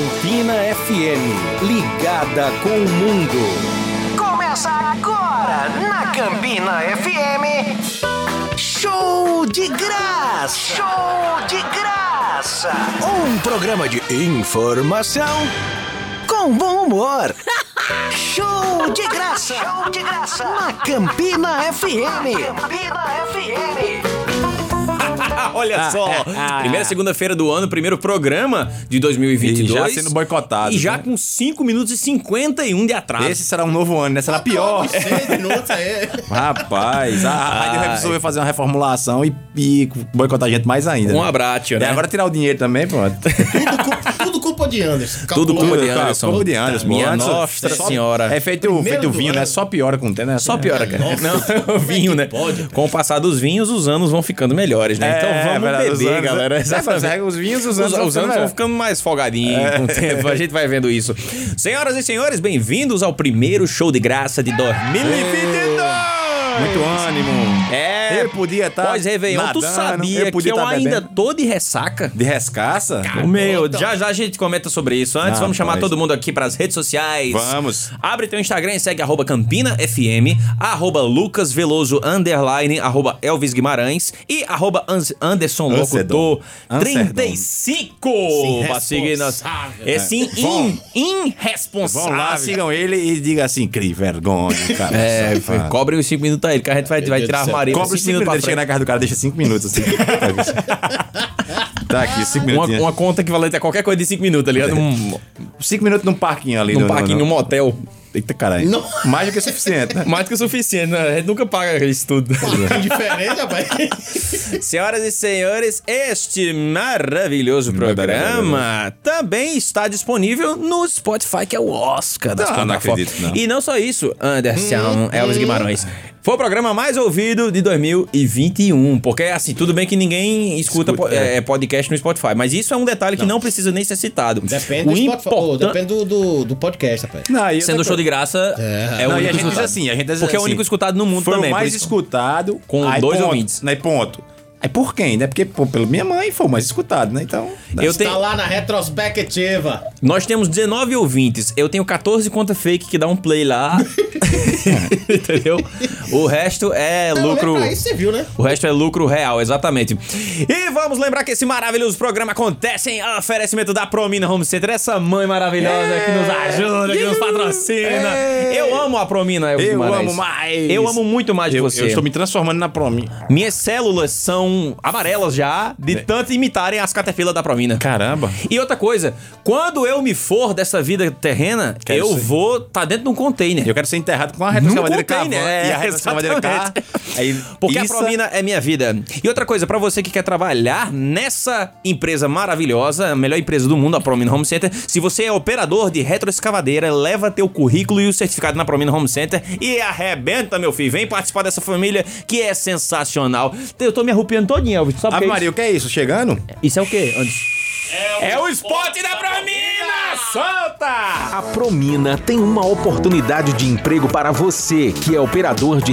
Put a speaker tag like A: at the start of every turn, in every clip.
A: Argentina FM, ligada com o mundo.
B: Começa agora na Campina FM. Show de graça! Show de graça!
A: Um programa de informação com bom humor.
B: Show de graça! Show de graça!
A: Na Campina FM.
B: Na Campina FM.
C: Olha só, primeira segunda-feira do ano, primeiro programa de 2022.
D: E já sendo boicotado. né?
C: E já com 5 minutos e 51 de atraso.
D: Esse será um novo ano, né?
C: Ah,
D: Será pior.
E: é
D: Rapaz, a rádio
C: Ai.
D: resolveu fazer uma reformulação e, e boicotar a gente mais ainda.
C: Um
D: né?
C: abraço,
D: E
C: né?
D: agora tirar o dinheiro também, pronto.
E: Tudo culpa, tudo culpa de Anderson.
C: Tudo
E: Calculou.
C: culpa de
D: Cara,
C: Anderson.
D: porra de Anderson.
C: Minha
D: Anderson,
C: nossa
D: só-
C: senhora.
D: É feito, feito
E: do
D: vinho,
E: ano.
D: né? Só piora com o tempo, né?
C: Só piora, é cara. Não, o vinho, né? Com o passar dos vinhos, os anos vão ficando melhores, né?
D: É,
C: então vamos
D: verdade, os
C: beber,
D: anos-
C: galera.
D: é, mas é, os vinhos, os anos
C: né? os,
D: vão ficando
C: anos vão
D: melhor.
C: ficando mais É. folgadinhos com o tempo. A gente vai vendo isso. Senhoras e senhores, bem-vindos ao primeiro show de graça de 2022!
D: Muito ânimo.
C: É,
D: Eu podia tá
C: Pós-Réveillon, tu
D: nadando,
C: sabia
D: eu podia
C: que eu
D: tá
C: ainda
D: bebendo.
C: tô de ressaca?
D: De rescaça?
C: Ô, Meu,
D: Então,
C: já já a gente comenta sobre isso. Antes,
D: Ah,
C: vamos chamar
D: pois.
C: todo mundo aqui pras redes sociais.
D: Vamos.
C: Abre teu Instagram e segue arroba Campina FM, arroba Lucas Veloso, underline, arroba Elvis Guimarães e arroba Ans- Anderson Locutor
D: Ancerdon. Ancerdon.
C: 35. Pra seguir nós. Esse
D: Vão.
C: in, irresponsável.
D: Vão É. lá, sigam ele e diga assim, cri, vergonha, cara.
C: É, foi-
D: Safado.
C: cobrem os 5 minutos aí, que a gente vai, vai tirar a Maria.
D: Cobra os 5 minutos. Chega na casa do cara, deixa 5 minutos assim. tá aqui, 5
C: Uma,
D: minutinhos.
C: uma conta equivalente a qualquer coisa de 5 minutos, tá ligado? Um,
D: 5 minutos num parquinho ali.
C: num
D: no-
C: parquinho, num
D: no-
C: motel.
D: Eita caralho. Mais do que suficiente, né?
C: Mais do que o suficiente, né? A gente nunca paga isso tudo.
E: É Diferente, rapaz.
C: Senhoras e senhores, este maravilhoso programa também está disponível no Spotify, que é o Oscar das
D: Não, não
C: plataformas.
D: acredito, não.
C: E não só isso, Anderson Elvis Guimarães. Foi o programa mais ouvido de 2021. Porque, assim, tudo bem que ninguém escuta, po- é, podcast no Spotify. Mas isso é um detalhe que não precisa nem ser citado.
E: Depende
C: o
E: do Spotify. Pô,
C: importante-
E: Depende do, do, do podcast, rapaz.
D: Não, e
C: Sendo
D: outra
C: show de
D: coisa-
C: graça, é, o único
D: Não, e a gente diz
C: escutado.
D: assim, a gente diz
C: Porque é o
D: assim,
C: único escutado no mundo
D: Foi
C: também.
D: o
C: por
D: mais
C: isso.
D: escutado.
C: Com
D: aí
C: dois
D: ponto,
C: ouvintes.
D: Aí ponto. Aí por quem, né? Porque pô, pela minha mãe foi o mais escutado, né? Então...
C: Eu tenho,
E: Tá lá na retrospectiva.
C: Nós temos 19 ouvintes. Eu tenho 14 conta fake que dá um play lá. Entendeu? O resto é
E: Pelo menos
C: lucro.
E: pra isso você viu, né?
C: O resto é lucro real, exatamente. E vamos lembrar que esse maravilhoso programa acontece em oferecimento da Promina Home Center, essa mãe maravilhosa que
D: É.
C: nos ajuda, que nos patrocina. Eu amo a Promina, Elvis
D: Eu
C: Guimarães.
D: amo mais.
C: Eu amo muito mais de
D: Eu,
C: você.
D: eu estou me transformando na promi.
C: Minhas células são amarelas já, de
D: É.
C: tanto imitarem as caterpillas da Promina.
D: Caramba.
C: E outra coisa, quando eu me for dessa vida terrena,
D: Quero
C: eu
D: ser.
C: vou tá dentro de um container.
D: Eu quero ser enterrado com uma retroescavadeira
C: Num container,
D: cavando.
C: é,
D: né? e a retroescavadeira cá.
C: exatamente. É
D: Aí,
C: Porque
D: isso-
C: a Promina é minha vida. E outra coisa, pra você que quer trabalhar nessa empresa maravilhosa, a melhor empresa do mundo, a Promina Home Center, se você é operador de retroescavadeira, leva teu currículo e o certificado na Promina Home Center e arrebenta, meu filho. Vem participar dessa família que é sensacional. Eu tô me arrupiando todinho, Elvis. Sabe o
D: Ave
C: que é
D: Maria, o que é isso? Chegando?
C: isso? Isso é o quê? Anderson? É o spot da Promina!
D: Solta!
A: A Promina tem uma oportunidade de emprego para você, que é operador de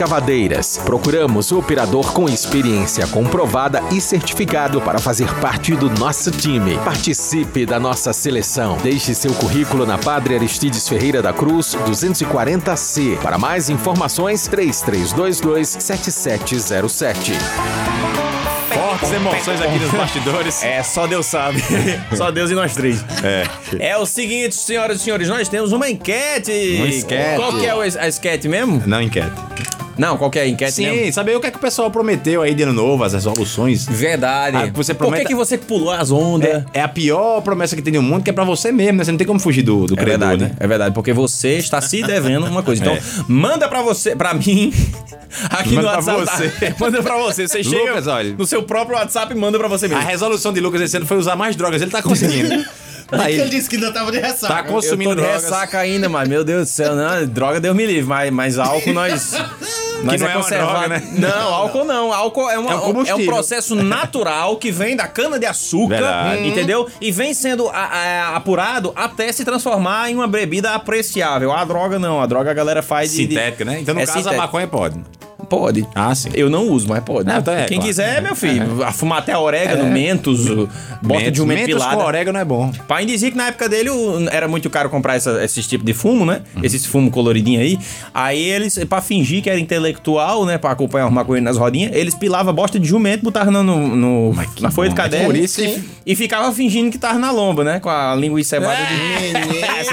A: retroescavadeiras. Procuramos o operador com experiência comprovada e certificado para fazer parte do nosso time. Participe da nossa seleção. Deixe seu currículo na Padre Aristides Ferreira da Cruz, 240C. Para mais informações, 3322-7707.
D: Fortes emoções aqui nos bastidores.
C: É, só Deus sabe. só Deus e nós três. É. o seguinte, senhoras e senhores, nós temos uma enquete.
D: Uma enquete.
C: Qual que é o es- a enquete mesmo?
D: Não enquete.
C: Não, qual que é a enquete mesmo?
D: Sim, saber o que é que o pessoal prometeu aí de ano novo, as resoluções.
C: Verdade.
D: Ah, você
C: Por que,
D: promete-
C: que você pulou as ondas?
D: É, é a pior promessa que tem no mundo, que é pra você mesmo, né? Você não tem como fugir do, do
C: É
D: credor,
C: verdade,
D: né? É.
C: é verdade, porque você está se devendo uma coisa. Então, manda pra você, pra mim, aqui
D: Manda
C: no
D: pra
C: WhatsApp.
D: você.
C: Manda pra você. Você chega
D: Lucas, olha.
C: no seu próprio WhatsApp e manda pra você
D: A
C: mesmo.
D: resolução de Lucas esse ano foi usar mais drogas. Ele tá conseguindo. tá,
E: Ele
D: ele
E: disse que ainda tava de ressaca.
D: tá
C: Eu
D: consumindo
C: tô de
D: drogas.
C: ressaca ainda, mas meu Deus do céu, não, droga Deus me livre, mas, mas álcool nós. Nós
D: não
C: é
D: é uma
C: conservado.
D: droga, né?
C: Não, álcool não. Álcool é, uma-
D: É um combustível.
C: é um processo natural que vem da cana-de-açúcar,
D: Verdade.
C: Hum. entendeu? E vem sendo a- a- apurado até se transformar em uma bebida apreciável. A droga não, a droga a galera faz de- de-
D: Sintética, né? Então, no
C: é
D: caso,
C: sintética.
D: a maconha pode.
C: pode.
D: Ah, sim.
C: Eu não uso, mas pode.
D: Não, tá, é,
C: Quem
D: claro. É.
C: quiser, meu filho, afumar até orégano, mentos, o- bota de um mento
D: Mentos com
C: pilada.
D: orégano é bom.
C: Pai dizia que na época dele o- era muito caro comprar essa- esses tipos de fumo, né?
D: Uhum.
C: Esses fumo coloridinho aí. Aí eles, pra fingir que era intelectual, né? Pra acompanhar os maconheiros nas rodinhas, eles pilavam bosta de jumento, botavam no, no, na folha de
D: bom, é
C: caderno.
D: por isso que-
C: Sim. E ficava fingindo que tava na lomba, né? Com a língua encebada de...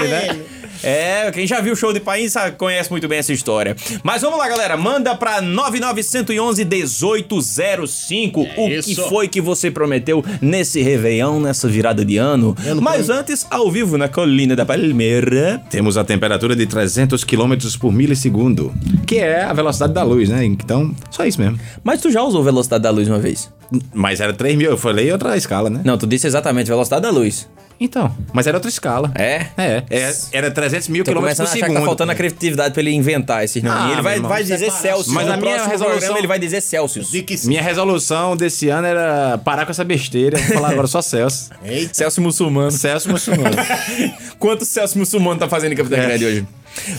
C: né? É, quem já viu o show de país sabe- conhece muito bem essa história. Mas vamos lá, galera. Manda pra 9911 1805 o
E: isso.
C: que foi que você prometeu nesse Réveillon, nessa virada de ano.
E: Eu não
C: Mas antes, ao vivo na Colina da Palmeira.
D: Temos a temperatura de 300 km por milissegundo, que é a velocidade da luz, né? Então, só isso mesmo.
C: Mas tu já usou velocidade da luz uma vez?
D: Mas era 3 mil, eu falei outra escala, né?
C: Não, tu disse exatamente velocidade da luz.
D: Então, mas era outra escala.
C: É?
D: É, é, era 300 mil
C: Tô
D: km por
C: começando a achar que tá
D: segundo.
C: faltando a criatividade pra ele inventar esses nomes.
D: Ah,
C: ele vai,
D: meu irmão,
C: vai dizer
E: separa.
C: Celsius.
D: Mas
C: no
D: a minha
C: próximo
D: resolução-
C: programa ele vai dizer Celsius.
E: De que sim.
D: Minha resolução desse ano era parar com essa besteira, vou falar agora só Celso.
E: Eita.
C: Celso muçulmano.
D: Celso muçulmano.
C: Quanto Celso Muçulmano tá fazendo em Capital
D: É.
C: Grande hoje?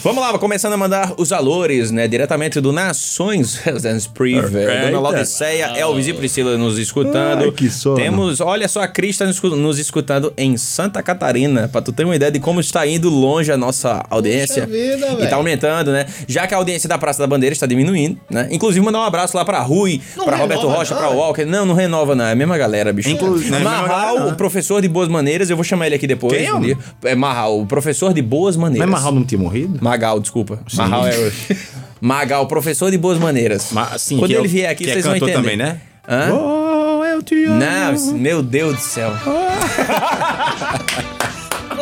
C: Vamos lá, começando a mandar os alores, né? Diretamente do Nações Residence Privé.
D: Eita.
C: Dona Laodiceia, Elvis e Priscila nos escutando.
D: Ai, que sono.
C: Temos, olha só, a Cris tá nos escu- nos escutando em Santa Catarina, pra tu ter uma ideia de como está indo longe a nossa audiência.
E: vida,
C: e tá
E: velho.
C: aumentando, né? Já que a audiência da Praça da Bandeira está diminuindo, né? Inclusive, mandar um abraço lá pra Rui,
E: Não
C: pra
E: renova,
C: Roberto Rocha,
E: não,
C: pra
E: velho.
C: Walker. Não, não renova, não. É a mesma galera, bicho.
D: Inclusive, não é a mesma
C: Marral,
D: galera, não.
C: o professor de boas maneiras, eu vou chamar ele aqui depois.
D: Quem é,
C: um
D: mano?
C: dia. É Marral, o professor de boas maneiras.
D: Mas Marral não tinha morrido?
C: Magal, desculpa. Marral é o... Magal, professor de boas maneiras.
D: Ma- sim,
C: Quando
D: que é
C: ele
D: o-
C: vier aqui,
D: que é
C: vocês vão
D: cantor
C: entender.
D: também, né?
C: Hã?
D: Oh, eu te amo.
C: Não, isso- meu Deus do céu.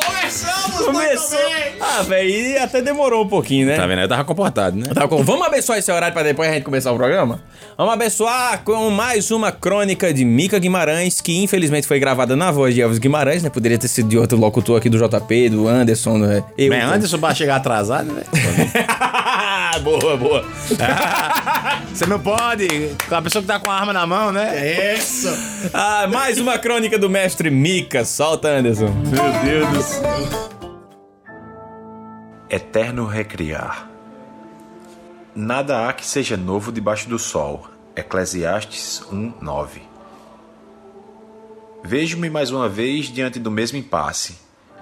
E: Começamos,
C: Começou. Ah, velho, e até demorou um pouquinho, né?
D: Tá vendo? Eu tava comportado, né?
C: Tá bom, vamos abençoar esse horário pra depois a gente começar o programa? Vamos abençoar com mais uma crônica de Mica Guimarães, que infelizmente foi gravada na voz de Elvis Guimarães, né? Poderia ter sido de outro locutor aqui do JP, do Anderson, né? Eu,
D: Mas é Anderson pra chegar atrasado, né?
C: boa, boa.
D: Você não pode. Com a pessoa que tá com a arma na mão,
C: É
D: né?
E: Isso.
C: Ah, mais uma crônica do mestre Mica. Solta, Anderson.
D: Meu Deus do céu.
F: Eterno recriar. Nada há que seja novo debaixo do sol. Eclesiastes 1:9. Vejo-me mais uma vez diante do mesmo impasse.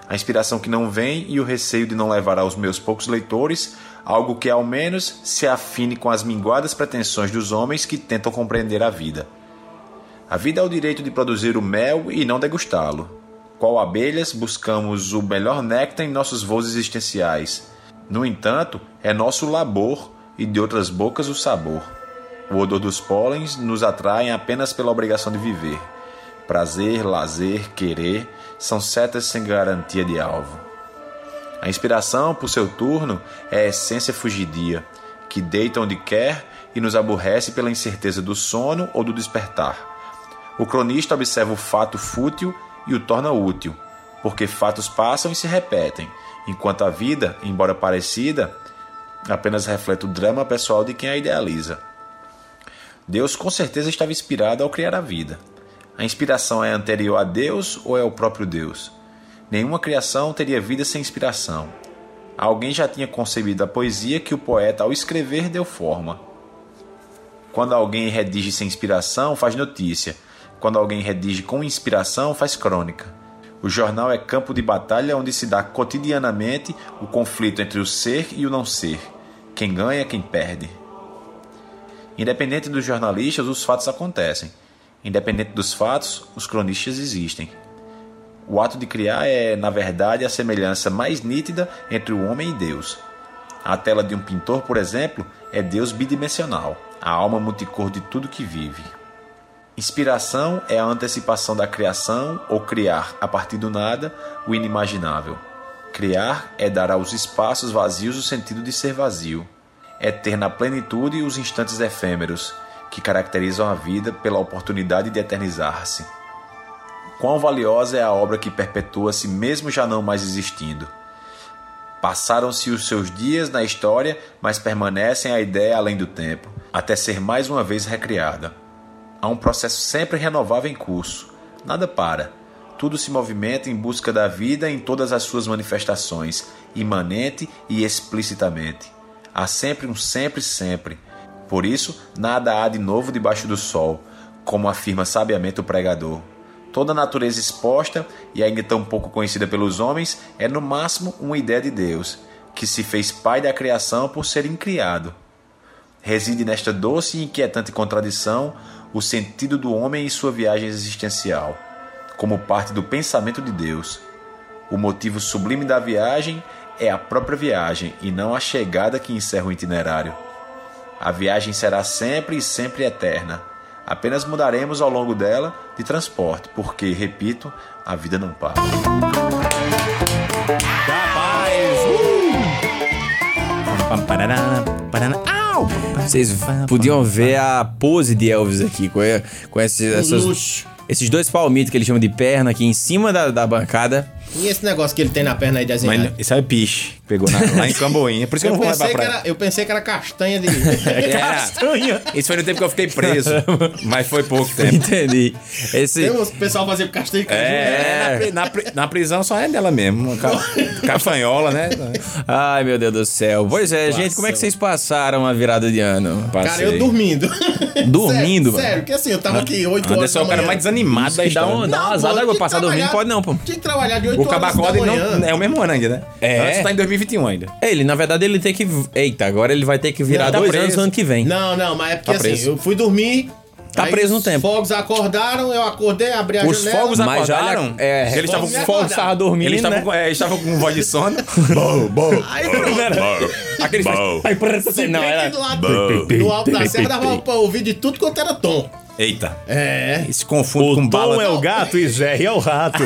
F: A inspiração que não vem e o receio de não levar aos meus poucos leitores algo que ao menos se afine com as minguadas pretensões dos homens que tentam compreender a vida. A vida é o direito de produzir o mel e não degustá-lo. Qual abelhas, buscamos o melhor néctar em nossos voos existenciais. No entanto, é nosso labor e de outras bocas o sabor. O odor dos pólens nos atraem apenas pela obrigação de viver. Prazer, lazer, querer são setas sem garantia de alvo. A inspiração, por seu turno, é a essência fugidia, que deita onde quer e nos aborrece pela incerteza do sono ou do despertar. O cronista observa o fato fútil e o torna útil, porque fatos passam e se repetem, enquanto a vida, embora parecida, apenas reflete o drama pessoal de quem a idealiza. Deus com certeza estava inspirado ao criar a vida. A inspiração é anterior a Deus ou é o próprio Deus? Nenhuma criação teria vida sem inspiração. Alguém já tinha concebido a poesia que o poeta, ao escrever, deu forma. Quando alguém redige sem inspiração, faz notícia. Quando alguém redige com inspiração, faz crônica. O jornal é campo de batalha onde se dá cotidianamente o conflito entre o ser e o não ser. Quem ganha, quem perde. Independente dos jornalistas, os fatos acontecem. Independente dos fatos, os cronistas existem. O ato de criar é, na verdade, a semelhança mais nítida entre o homem e Deus. A tela de um pintor, por exemplo, é Deus bidimensional, a alma multicor de tudo que vive. Inspiração é a antecipação da criação ou criar, a partir do nada, o inimaginável. Criar é dar aos espaços vazios o sentido de ser vazio. É ter na plenitude os instantes efêmeros, que caracterizam a vida pela oportunidade de eternizar-se. Quão valiosa é a obra que perpetua-se mesmo já não mais existindo. Passaram-se os seus dias na história, mas permanecem a ideia além do tempo, até ser mais uma vez recriada. Há um processo sempre renovável em curso. Nada para. Tudo se movimenta em busca da vida em todas as suas manifestações, imanente e explicitamente. Há sempre um sempre sempre. Por isso, nada há de novo debaixo do sol, como afirma sabiamente o pregador. Toda a natureza exposta e ainda tão pouco conhecida pelos homens é no máximo uma ideia de Deus, que se fez pai da criação por ser incriado. Reside nesta doce e inquietante contradição o sentido do homem e sua viagem existencial, como parte do pensamento de Deus. O motivo sublime da viagem é a própria viagem e não a chegada que encerra o itinerário. A viagem será sempre e sempre eterna. Apenas mudaremos ao longo dela de transporte, porque, repito, a vida não para.
C: Pam, parará, parará. Au! Vocês podiam ver a pose de Elvis aqui, com, com esses,
D: Um
C: essas,
G: luxo.
C: esses dois palmitos que ele chama de perna aqui em cima da, da bancada.
G: E esse negócio que ele tem na perna aí
D: Mas
G: desenhado?
D: não- isso é piche. Pegou na- lá em Camboinha. É Por isso que eu
G: Uh! Eu
D: não vou levar
G: pensei, que
D: pra É,
G: era, eu pensei que era castanha de.
D: Era. Isso foi no tempo que eu fiquei preso. mas foi pouco tempo.
C: Entendi. Esse,
G: Tem uns pessoal fazendo castanha de caju.
D: É, na pri- na, pri- na prisão só é dela mesmo. uma ca- Cafanhola, né?
C: Ai, meu Deus do céu. Pois é, gente, como é que vocês passaram a virada de ano?
G: Cara, eu dormindo.
C: Dormindo,
G: sério,
C: mano?
G: Sério, porque assim, eu tava aqui 8 horas.
D: Anderson é o
G: da
D: cara
G: manhã.
D: mais desanimado da
C: Que dá
D: história.
C: um- dá uma
G: Não,
C: azada,
G: pô,
C: agora
G: tinha
C: passar
G: que
C: dormindo,
G: trabalhar-
C: pode não, pô.
G: Tinha que trabalhar de 8
D: O
G: horas da
D: Cabacoda ele
G: manhã.
D: não é o mesmo ano ainda, né?
C: É.
D: Antes tá em 2021 ainda.
C: Ele, na verdade, ele tem que. Eita, agora ele vai ter que virar
G: Não, tá
C: dois
D: preso.
C: anos ano que vem.
G: Não, não, mas é porque
D: Tá
G: assim,
D: preso.
G: eu fui dormir.
C: Tá
G: aí
C: preso no tempo.
G: Os fogos acordaram, eu acordei, abri a
D: Os
G: janela.
D: fogos
C: Mas
D: acordaram?
C: já- é,
D: eles estavam
G: fogos
D: com
G: acordaram.
D: fogos.
C: Estava dormindo.
D: Eles estavam
C: né?
D: com, é, eles estavam com voz de sono. Bom, bom.
G: Aí pronto.
D: Aqueles
C: Ai, por essa- Não,
G: Bem
D: é,
C: era.
G: aqui do lado, do alto da serra dava pra ouvir de tudo quanto era tom.
D: Eita.
G: É.
D: Eles se confundem com bala.
H: gato e Zé é o rato.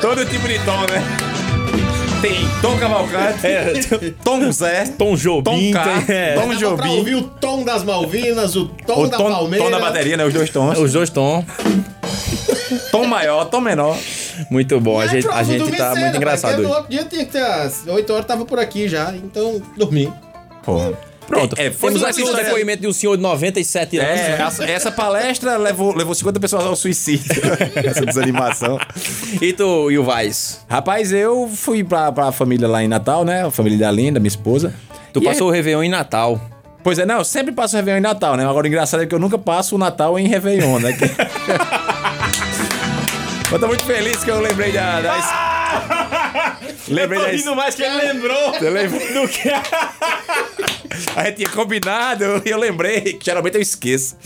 D: Todo tipo de tom, né? Tem Tom Cavalcante, Tom Zé,
H: Tom Jobim.
D: Tom K,
H: tem- é.
D: Tom
G: Dava pra
D: Jobim,
G: ouvir o tom das Malvinas, o tom
D: o
G: da
D: tom,
G: Palmeira.
D: tom da bateria, né? Os dois tons.
C: Os dois tons.
D: Tom maior, tom menor.
C: Muito bom. A
D: é
G: Aí
C: gente,
G: pronto,
C: a gente
G: dormi
C: tá
G: cedo,
C: muito
G: mas
C: engraçado
G: No
C: hoje.
G: outro dia tinha que ter as 8 horas, tava por aqui já, então dormi.
C: Pronto.
D: É, fomos
C: Temos
D: uma
C: aqui o
D: história-
C: depoimento de um senhor de 97 anos. né?
D: É, essa, essa palestra levou, levou 50 pessoas ao suicídio. essa desanimação.
C: E tu, e o Vaz?
D: Rapaz, eu fui pra, pra família lá em Natal, né? A família da Linda, minha esposa.
C: Tu
D: E
C: passou o Réveillon em Natal.
D: é- pois é, não, eu sempre passo o Réveillon em Natal, né? Agora o engraçado é que eu nunca passo o Natal em Réveillon, né? Que- eu tô muito feliz que eu lembrei da. da es-
H: Ah!
D: lembrei da. es-
H: mais que ele lembrou.
D: Eu lembrei do que. A gente tinha combinado e eu lembrei, que geralmente eu esqueço.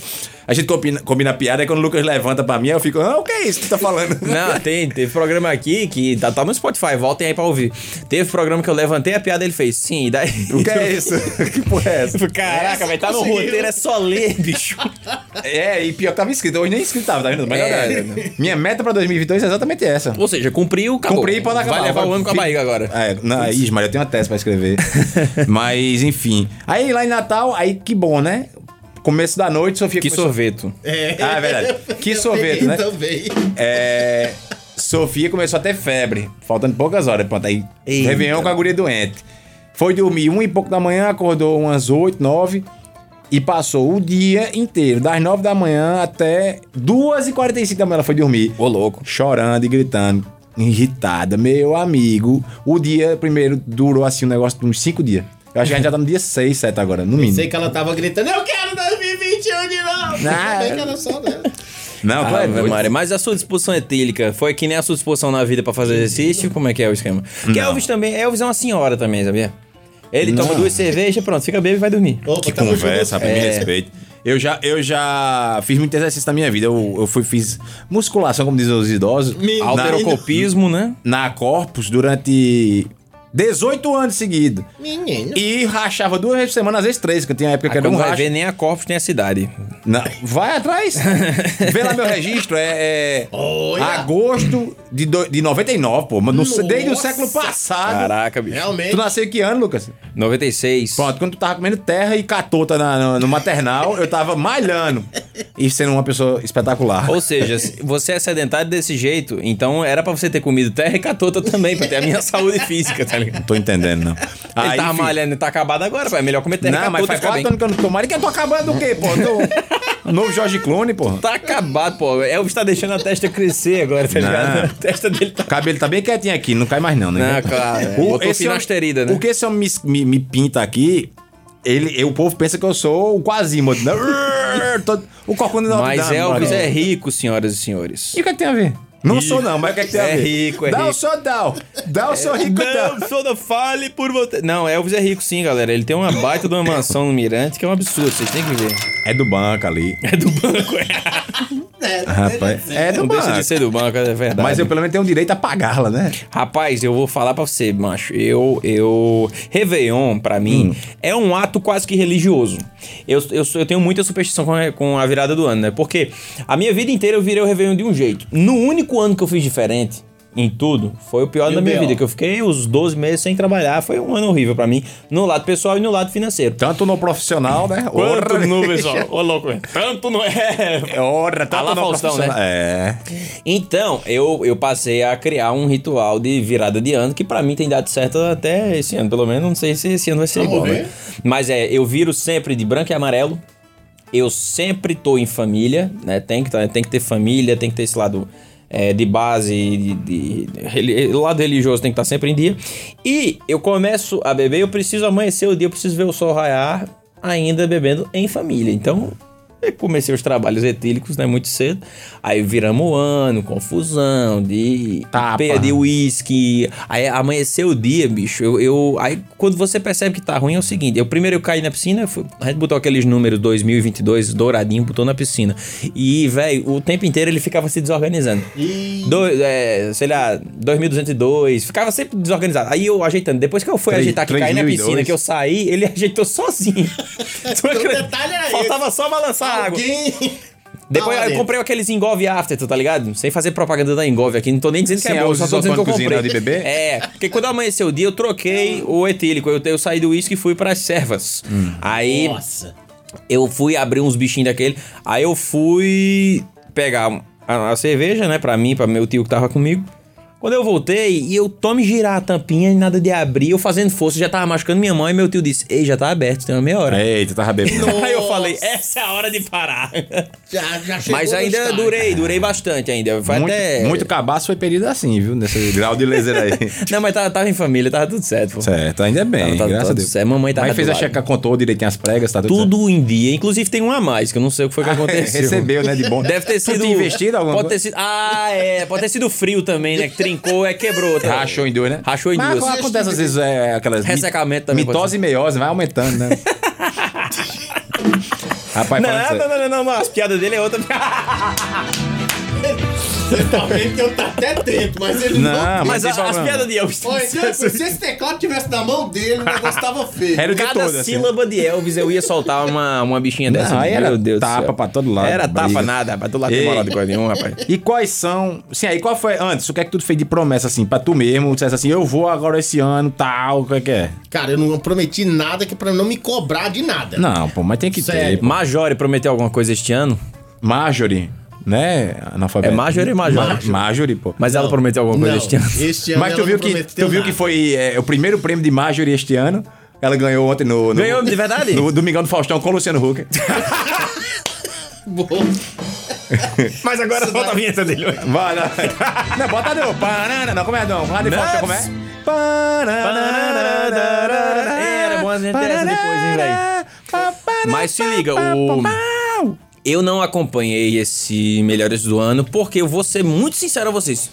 D: A gente combina, combina piada e quando o Lucas levanta pra mim, eu fico, ah, o que é isso que tu tá falando?
C: Não, tem, teve programa aqui que tá, tá no Spotify, voltem aí pra ouvir. Teve programa que eu levantei a piada ele fez. Sim, e daí.
D: O que é isso? que porra é essa?
C: Caraca, velho, tá no
G: conseguiu.
C: roteiro, é só ler, bicho.
D: É, e pior que tava escrito. Hoje nem escrito tava, tá vendo? Mas
C: É.
D: não, não. Minha meta pra 2022 é exatamente essa.
C: Ou seja, cumpriu, acabou.
D: Cumpri e pode acabar.
C: Tá Vai levar o ano com a barriga agora.
D: É, não, aí, Ismael, eu tenho uma tese pra escrever. Mas, enfim. Aí, lá em Natal, aí que bom, né? Começo da noite, Sofia
C: Que
D: começou...
C: sorveto.
G: É.
D: Ah, é verdade. Que sorvete,
G: Eu
D: né?
G: também.
D: É... Sofia começou a ter febre, faltando poucas horas. Pronto, aí
C: Eita.
D: Réveillon com a guria doente. Foi dormir um e pouco da manhã, acordou umas oito, nove. E passou o dia inteiro, das nove da manhã até duas e quarenta e cinco da manhã ela foi dormir.
C: Ô, louco.
D: Chorando e gritando, irritada. Meu amigo, o dia primeiro durou assim um negócio de uns cinco dias. Eu acho que a gente já tá no dia seis, sete agora, no mínimo.
G: Sei que ela tava gritando, eu quero 2021 de novo.
D: Ah,
G: Eu Sabia que era só dela.
D: Não, tu
C: Ah,
D: é
C: Ave
D: doido.
C: Maria, mas a sua disposição etílica foi que nem a sua disposição na vida pra fazer exercício? Como é que é o esquema? Porque Elvis também, Elvis é uma senhora também, sabia? Ele toma duas cervejas, pronto, fica bebe e vai dormir.
G: Opa,
D: Que
G: tamo
D: conversa,
G: junto. É.
D: rapaz, me respeito. Eu já, eu já fiz muito exercício na minha vida. Eu, eu fui, fiz musculação, como dizem os idosos.
G: Menino.
D: Na,
C: Alterocopismo, né?
D: na Corpus durante 18 anos seguidos.
G: É. Menino.
D: E rachava duas vezes por semana, às vezes três, porque tinha época que
C: Aí
D: era um
C: quando vai
D: racha.
C: ver, nem a corpus, nem a cidade.
D: Não, vai atrás. Vê lá meu registro, é, é
G: Olha.
D: agosto de, do, de 99, pô. Mas no-
G: Nossa.
D: desde o século passado.
C: Caraca, bicho.
G: Realmente.
D: Tu nasceu em que ano, Lucas?
C: 96.
D: É. Pronto, quando tu tava comendo terra e catota na- no, no maternal, eu tava malhando e sendo uma pessoa espetacular.
C: Ou seja, se você é sedentário desse jeito, então era pra você ter comido terra e catota também, pra ter a minha saúde física, tá ligado?
D: Não tô entendendo, não.
C: Ele tá
D: Ah, enfim.
C: malhando e tá acabado agora, vai. Melhor comer terra e
D: Não, mas
C: catota e
D: faz
C: ficar bem.
D: quatro anos que eu não tô malhando. Que eu tô acabando o quê, pô? Eu Tô... um Novo Jorge Clooney, pô.
C: Tá acabado, pô. Elvis tá deixando a testa crescer agora, tá ligado? A testa dele tá
D: O cabelo tá bem quietinho aqui, não cai mais não, né?
C: Não, claro, é. Botou finasterida, né?
D: O que esse homem me, me- me pinta aqui Ele, e o povo pensa que eu sou o Quasimodo, né? Todo- o Corcunda não
C: Mas
D: dá,
C: Elvis
D: mano.
C: é rico, senhoras e senhores.
D: E o que é que tem a ver? Não sou não, mas o que é que tem a
C: É
D: ver?
C: rico, é
D: dá
C: rico.
D: o seu Dal. Dá o seu rico, tá. dá.
C: Não, sou da fale por você. Não, Elvis é rico sim, galera. Ele tem uma baita de uma mansão no Mirante que é um absurdo, vocês têm que ver.
D: É do banco ali.
C: É do banco, é.
G: É,
D: Rapaz, é do
C: Não
D: banco.
C: deixa de ser do banco, é verdade.
D: Mas eu pelo menos tenho o direito a pagá-la, né?
C: Rapaz, eu vou falar pra você, macho. Eu, eu. Réveillon, pra mim, é um ato quase que religioso. Eu, eu, sou- eu tenho muita superstição com a, com a virada do ano, né? Porque a minha vida inteira eu virei o Réveillon de um jeito. No único ano que eu fiz diferente. Em tudo, foi o pior da minha
G: B.O.?
C: vida, que eu fiquei os 12 meses sem trabalhar. Foi um ano horrível pra mim, no lado pessoal e no lado financeiro.
D: Tanto no Então, profissional, né?
C: Quanto
D: Ora,
C: no, pessoal? Ô, louco, é. tanto não é.
D: É Ora, tanto
C: Alá
D: no
C: Faustão, né?
D: profissional. É.
C: Então, eu, eu passei a criar um ritual de virada de ano que pra mim tem dado certo até esse ano. Pelo menos não sei se esse ano vai ser
G: Vamos
C: igual. né?
G: ver.
C: Mas é, eu viro sempre de branco e amarelo. Eu sempre tô em família, né? Tem que, tá- tem que ter família, tem que ter esse lado é, de base, de, de- de- reli- o lado religioso tem que estar sempre em dia. E eu começo a beber, eu preciso amanhecer o dia, eu preciso ver o sol raiar, ainda bebendo em família. Então, eu comecei os trabalhos etílicos, né? Muito cedo. Aí viramos o ano, confusão, de
D: Tapa.
C: perda de uísque. Aí amanheceu o dia, bicho. Eu, eu- aí quando você percebe que tá ruim é o seguinte, eu primeiro eu caí na piscina, fui- a gente botou aqueles números 2022 douradinho, botou na piscina. E velho, o tempo inteiro ele ficava se desorganizando. Do, é, sei lá, 2202, ficava sempre desorganizado. Aí eu ajeitando, depois que eu fui
D: Três-
C: ajeitar que caí na
D: 3002.
C: piscina, que eu saí, ele ajeitou sozinho. Tu acredita?
G: detalhe era
C: Faltava só balançar a água.
G: Alguém...
C: Depois
G: Tá lá
C: eu
G: dentro.
C: comprei aqueles Engove After, tá ligado? Sem fazer propaganda da Engove aqui. Não tô nem dizendo que
D: Sim,
C: é
D: é
C: bom,
D: os
C: só tô dizendo que eu
D: isotônicos
C: comprei.
D: de bebê?
C: É, porque quando amanheceu o dia, eu troquei o etílico. Eu, eu saí do uísque e fui pras servas.
D: Hum.
C: Aí
G: Nossa.
C: eu fui abrir uns bichinhos daquele. Aí eu fui pegar um, a, a cerveja, né, pra mim, pra meu tio que tava comigo. Quando eu voltei, e eu tome girar a tampinha e nada de abrir, eu fazendo força, já tava machucando minha mãe, e meu tio disse: Ei, já tá aberto, tem uma meia hora.
D: É. Eita, tava bebendo.
C: Aí eu falei: Essa é a hora de parar.
G: Já, já chegou
C: Mas
G: no
D: é
C: ainda
G: estágio.
C: durei, durei bastante ainda. Foi
D: Muito,
C: até.
D: muito cabaço foi perido assim, viu? Nesse grau de laser aí.
C: Não, mas tava, tava em família, tava tudo certo, pô.
D: certo, ainda bem,
C: Tava- tava
D: graças a
C: tudo
D: Deus.
C: tá certo, É, mamãe tava
D: Mas fez
C: do
D: a
C: lado.
D: checa, contou direitinho as pregas, tá tudo certo.
C: Tudo em dia. Inclusive tem um a mais, que eu não sei o que foi que aconteceu.
D: Ah, Recebeu, né, de bom.
C: Deve ter
D: Tu
C: sido.
D: tinha investido alguma
C: pode ter
D: coisa?
C: sido. Ah, é. Pode ter sido frio também, né? Que trincou, é quebrou. Tá?
D: Rachou em duas, né?
C: Rachou em
D: Mas
C: duas.
D: Mas acontece às vezes é, aquelas... mi-
C: Ressecamento também pode
D: Mitose e meiose, vai aumentando, né? Rapaz, falando
C: Não,
D: sério.
C: não, não, não, não, não. As piadas dele é outra.
G: Você tá vendo que eu tá até tento, mas ele não...
D: Não,
C: Mas
D: tem
C: a- as
D: problema.
C: piadas de Elvis.
G: Olha, se, se esse teclado tivesse na mão dele, o negócio tava feio.
D: Era o de
C: Cada
D: todas, assim.
C: sílaba de Elvis eu ia soltar uma, uma bichinha dessa.
D: aí
C: Meu
D: era
C: Deus do
D: tapa
C: céu.
D: pra todo lado,
C: Era
D: briga.
C: tapa nada, pra todo lado
D: Ei.
C: tem moral de coisa nenhuma, rapaz.
D: E quais são. Sim, aí qual foi. Antes, o que é que tu fez de promessa, assim, pra tu mesmo? Tu dissesse assim, eu vou agora esse ano, tal, o que é que é?
G: Cara, eu não prometi nada que é pra não me cobrar de nada.
D: Não, pô, mas tem que ter.
G: Sério.
D: pô.
C: Majore prometeu alguma coisa este ano?
D: Marjorie, né? Analfabeto.
C: É Marjorie ou Majore?
D: Marjorie, pô.
C: Mas ela prometeu alguma coisa
G: Não,
C: este ano?
G: este ano
D: Mas tu
G: ela
D: viu
G: não
D: que,
G: prometeu
D: tu
C: um
D: viu que
G: nada.
D: foi é, o primeiro prêmio de Marjorie este ano. Ela ganhou ontem no. no-
C: Ganhou de verdade?
D: No Domingão do Faustão com o Luciano Huck.
G: Bom,
C: Mas agora volta a vinheta dele.
D: Vai, não. não, bota não. Panana, não, como é não? Lá de Faustão, como é? Panana.
C: Era bom a gente ter essa depois, hein, velho?
D: velho?
C: Mas se liga, o- Eu não acompanhei esse Melhores do Ano, porque eu vou ser muito sincero a vocês.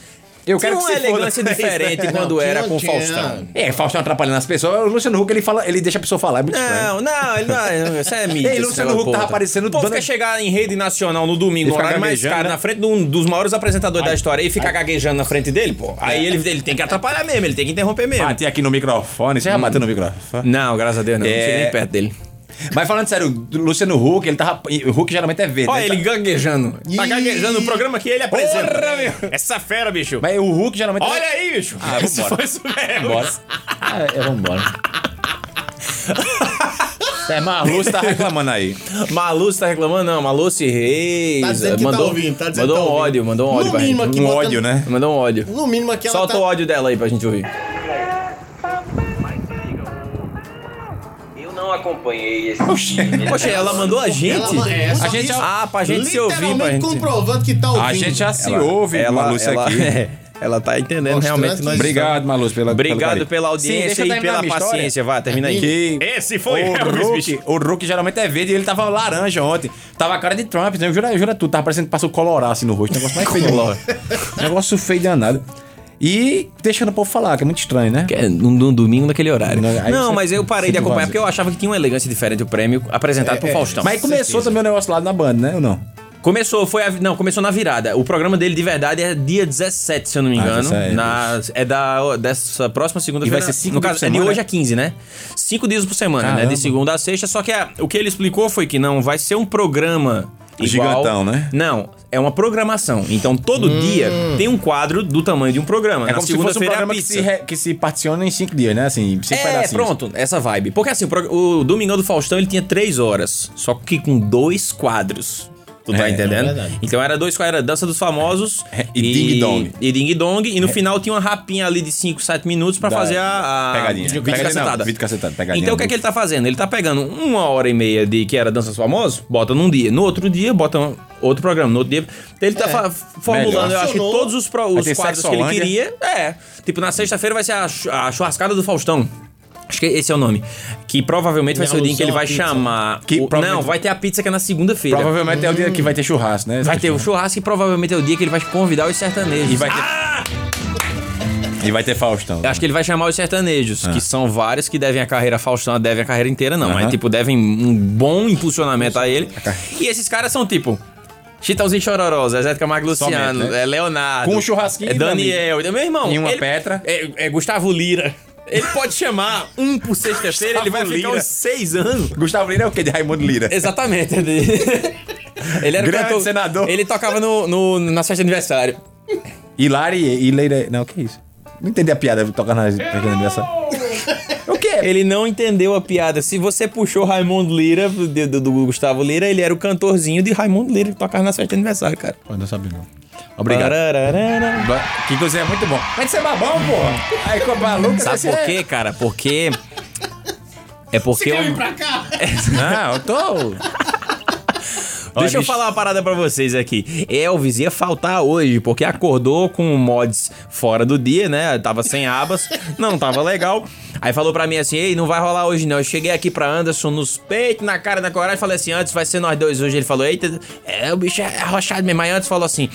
D: Eu quero
C: tinha
D: que
C: uma
D: se foda.
C: elegância diferente
D: Não,
C: quando
G: tinha,
C: era com o
G: tinha.
C: Faustão.
D: É, Faustão atrapalhando as pessoas. O Luciano Huck, ele, fala, ele deixa a pessoa falar. É muito
C: Não,
D: estranho.
C: não, ele não. Isso é mídia.
D: Ei,
C: esse
D: Luciano
C: negócio,
D: Huck tava
C: porra.
D: aparecendo
C: O povo
D: dando-
C: quer chegar em rede nacional no domingo,
D: Ele
C: no
D: fica
C: horário mais
D: gaguejando,
C: caro,
D: né?
C: na frente de um dos maiores apresentadores da história e ficar gaguejando na frente dele, pô. Aí ele, ele tem que atrapalhar mesmo, ele tem que interromper mesmo.
D: Bati aqui no microfone.
C: Hum.
D: Você já bateu no microfone?
C: Não, graças a Deus, não.
D: É.
C: Não cheguei nem perto dele.
D: Mas falando sério, o Luciano Huck, ele tava... O Huck geralmente é verde.
C: Olha
D: né?
C: ele gaguejando. Tá
G: Ih.
C: gaguejando no programa que ele apresenta.
D: Porra, meu.
C: Essa fera, bicho.
D: Mas o Hulk geralmente...
C: Olha aí, bicho.
D: Ah, vambora.
C: Se fosse o Elvis.
D: Bora. Ah, é, vambora. É, mas o Lúcio tá reclamando aí.
C: Malu, você tá reclamando? Não, Malu se reis.
G: tá dizendo que
C: mandou,
G: tá ouvindo, tá dizendo
C: mandou
G: que tá
C: um
G: ouvindo.
C: ódio, mandou um ódio.
G: No
C: pra
G: mínimo
C: gente.
G: aqui,
D: Um
G: botando-
D: ódio, né?
C: Mandou um ódio.
G: No mínimo aqui ela
C: Solta
G: tá...
C: o ódio dela aí pra gente ouvir.
I: Eu não acompanhei esse né?
C: Poxa, ela mandou a gente?
G: Ela- é, só
C: a gente
G: isso.
C: ah, pra gente se ouvir, pra
G: Literalmente
C: gente...
D: é
G: comprovando que tá ouvindo.
D: A gente já se ouve,
C: ela, é
D: Malu, isso
C: ela,
D: aqui.
C: é, Ela tá entendendo
G: Mostrando
C: realmente.
G: que-
C: Nós
D: Obrigado, Maluz, pela
C: Obrigado
D: carinho.
C: pela
D: Sim, deixa
C: audiência
D: eu
C: e pela
D: terminar a minha história.
C: paciência. Vá, termina aí.
D: Que-
H: Esse foi
D: o
H: Elvis,
D: Hulk. O Hulk geralmente é verde e ele tava laranja ontem. Tava a cara de Trump, né? Jura, jura tudo. Tava parecendo que passou colorar assim no rosto. Negócio mais feio. de- Negócio feio danado. E deixando o povo falar, que é muito estranho, né?
C: É, num, num domingo naquele horário.
D: Não, aí
C: Não,
D: você-
C: mas eu parei
D: você
C: de acompanhar
D: vaza.
C: porque eu achava que tinha uma elegância diferente o prêmio apresentado por Faustão.
D: É, Mas aí começou também o negócio lá na banda, né? Ou não?
C: Começou, foi a, não, começou na virada. O programa dele de verdade é dia 17, se eu não me engano.
D: 17.
C: na, é da dessa próxima segunda-feira.
D: Ah, E vai ser cinco
C: No
D: dias
C: caso,
D: por
C: é de
D: semana?
C: hoje a 15, né? Cinco dias por semana, né?
D: Caramba.
C: De segunda a sexta. Só que a- o que ele explicou foi que não vai ser um programa igual.
D: Gigantão, né?
C: Não, é uma programação. Então todo dia tem um quadro do tamanho de um programa.
D: É
C: na
D: como se fosse um
C: segunda-feira é a
D: programa que
C: pizza.
D: se, re- que se particiona em cinco dias, né? Assim, cinco
C: É,
D: pedacinhos.
C: pronto, essa vibe. Porque assim, o prog- o Domingão do Faustão ele tinha três horas, só que com dois quadros. Tu tá
D: É,
C: entendendo?
G: é verdade.
C: então era dois quadros, era Dança dos Famosos
D: E Ding Dong. É.
C: E Ding Dong. E no final tinha uma rapinha ali de 5, 7 minutos pra
D: Da-
C: fazer a. a
D: pegadinha.
C: Vídeo
D: Pegadinha não,
C: cacetada.
D: vídeo cacetada, pegadinha
C: Então o que é que ele tá fazendo? Ele tá pegando uma hora e meia de que era Dança dos Famosos, bota num dia. No outro dia, bota um- outro programa. No outro dia. Então
D: É.
C: ele tá fa- formulando, eu acho que
G: Funcionou.
C: todos os, pro- os
D: ter
C: quadros que ele
D: Sexolândia.
C: queria. É. Tipo, na sexta-feira vai ser a, chu- a churrascada do Faustão. Acho que esse é o nome. Que provavelmente vai
G: Em
C: ser o dia em que
G: alusão
C: ele vai
G: à pizza.
C: chamar.
D: Que
C: o- Não,
D: provavelmente-
C: vai ter a pizza que é na segunda-feira.
D: Provavelmente é o dia que vai ter churrasco, né?
C: Hum. Vai ter o churrasco e provavelmente é o dia que ele vai convidar os sertanejos.
D: E vai ter- E vai ter Faustão. Ah.
C: Eu Acho que ele vai chamar os sertanejos, que são vários que devem a carreira Faustão, devem a carreira inteira, não. Mas,
D: Aham.
C: tipo, devem um bom impulsionamento a ele. E esses caras são, tipo. Chitãozinho Chororó, Zezé de Camargo e Luciano,
D: Somente, né?
C: é Leonardo.
D: Com um churrasquinho,
C: É Daniel. Meu irmão.
D: E uma
C: ele-
D: Petra.
C: É, é Gustavo Lira. Ele pode chamar um por sexta-feira, ele vai
D: Gustavo
C: ficar
D: Lira.
C: uns seis anos.
D: Gustavo Lira é o quê? De Raimundo Lira.
C: Exatamente. Ele era
D: Grande senador.
C: Ele tocava no, no, na festa de aniversário.
D: Hilari e Leira. Não, o que é isso? Não entendi a piada tocar na pequena aniversário.
C: O quê? Ele não entendeu a piada. Se você puxou Raimundo Lira, do, do- do Gustavo Lira, ele era o cantorzinho de Raimundo Lira, que tocava na festa de aniversário, cara.
D: Pô, não sabia não. Obrigado.
C: Obrigado.
D: Que inclusive é muito bom. Mas você é babão, porra. Aí com a maluca.
C: Sabe
D: você
C: por
D: é-
C: quê, cara? Porque... É porque...
G: Quer
C: eu-
G: vir pra cá?
D: Não, Ah, eu tô.
C: É. Deixa eu
D: bicho.
C: falar uma parada pra vocês aqui. Elvis ia faltar hoje, porque acordou com mods fora do dia, né? Tava sem abas, não tava legal. Aí falou pra mim assim: ei, não vai rolar hoje não. Eu cheguei aqui pra Anderson nos peitos, na cara, na coragem. Falei assim: antes vai ser nós dois hoje. Ele falou: eita, é, o bicho é arrochado mesmo. Aí antes falou assim.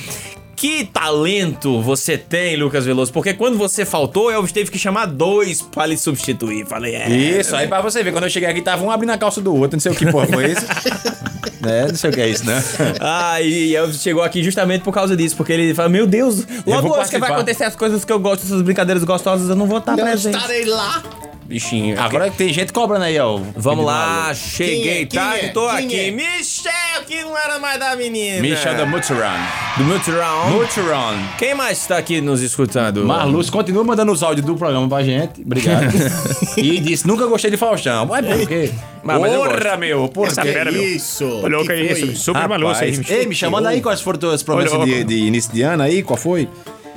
C: Que talento você tem, Lucas Veloso, porque quando você faltou, Elvis teve que chamar dois pra lhe substituir. Falei, é.
D: Isso, aí pra você ver, quando eu cheguei aqui, tava um abrindo a calça do outro, não sei o que porra foi isso. né? Não sei o que é isso, né?
C: Ah, e Elvis chegou aqui justamente por causa disso, porque ele fala: Meu Deus,
D: Eu vou
C: logo hoje que vai
D: participar."
C: acontecer as coisas que eu gosto, essas brincadeiras gostosas, eu não vou estar
G: Eu
C: presente.
G: estarei lá.
C: Bichinho.
D: Agora que tem gente cobrando aí, ó.
C: Vamos lá, cheguei
G: Quem é?
C: tarde,
G: Quem é?
C: tô
G: Quem
C: aqui.
G: é?
C: Michel, que não era mais da menina.
D: Michel da Muturan.
C: do Muturon.
D: Muturan.
C: Quem mais tá aqui nos escutando?
D: Marluz continua mandando os áudios do programa pra gente. Obrigado. e disse: nunca gostei de Faustão. Mas por quê?
C: Mas- mas eu gosto.
D: meu, por
H: Essa
D: quê?
H: fera, meu.
G: Isso.
H: Olha o que
G: Que
H: é
G: foi?
H: isso. Super
D: Rapaz,
H: maluco aí.
D: Ei, me chamando aí quais foram tuas promessas
H: Olha, É,
D: de, de início de ano aí, qual foi?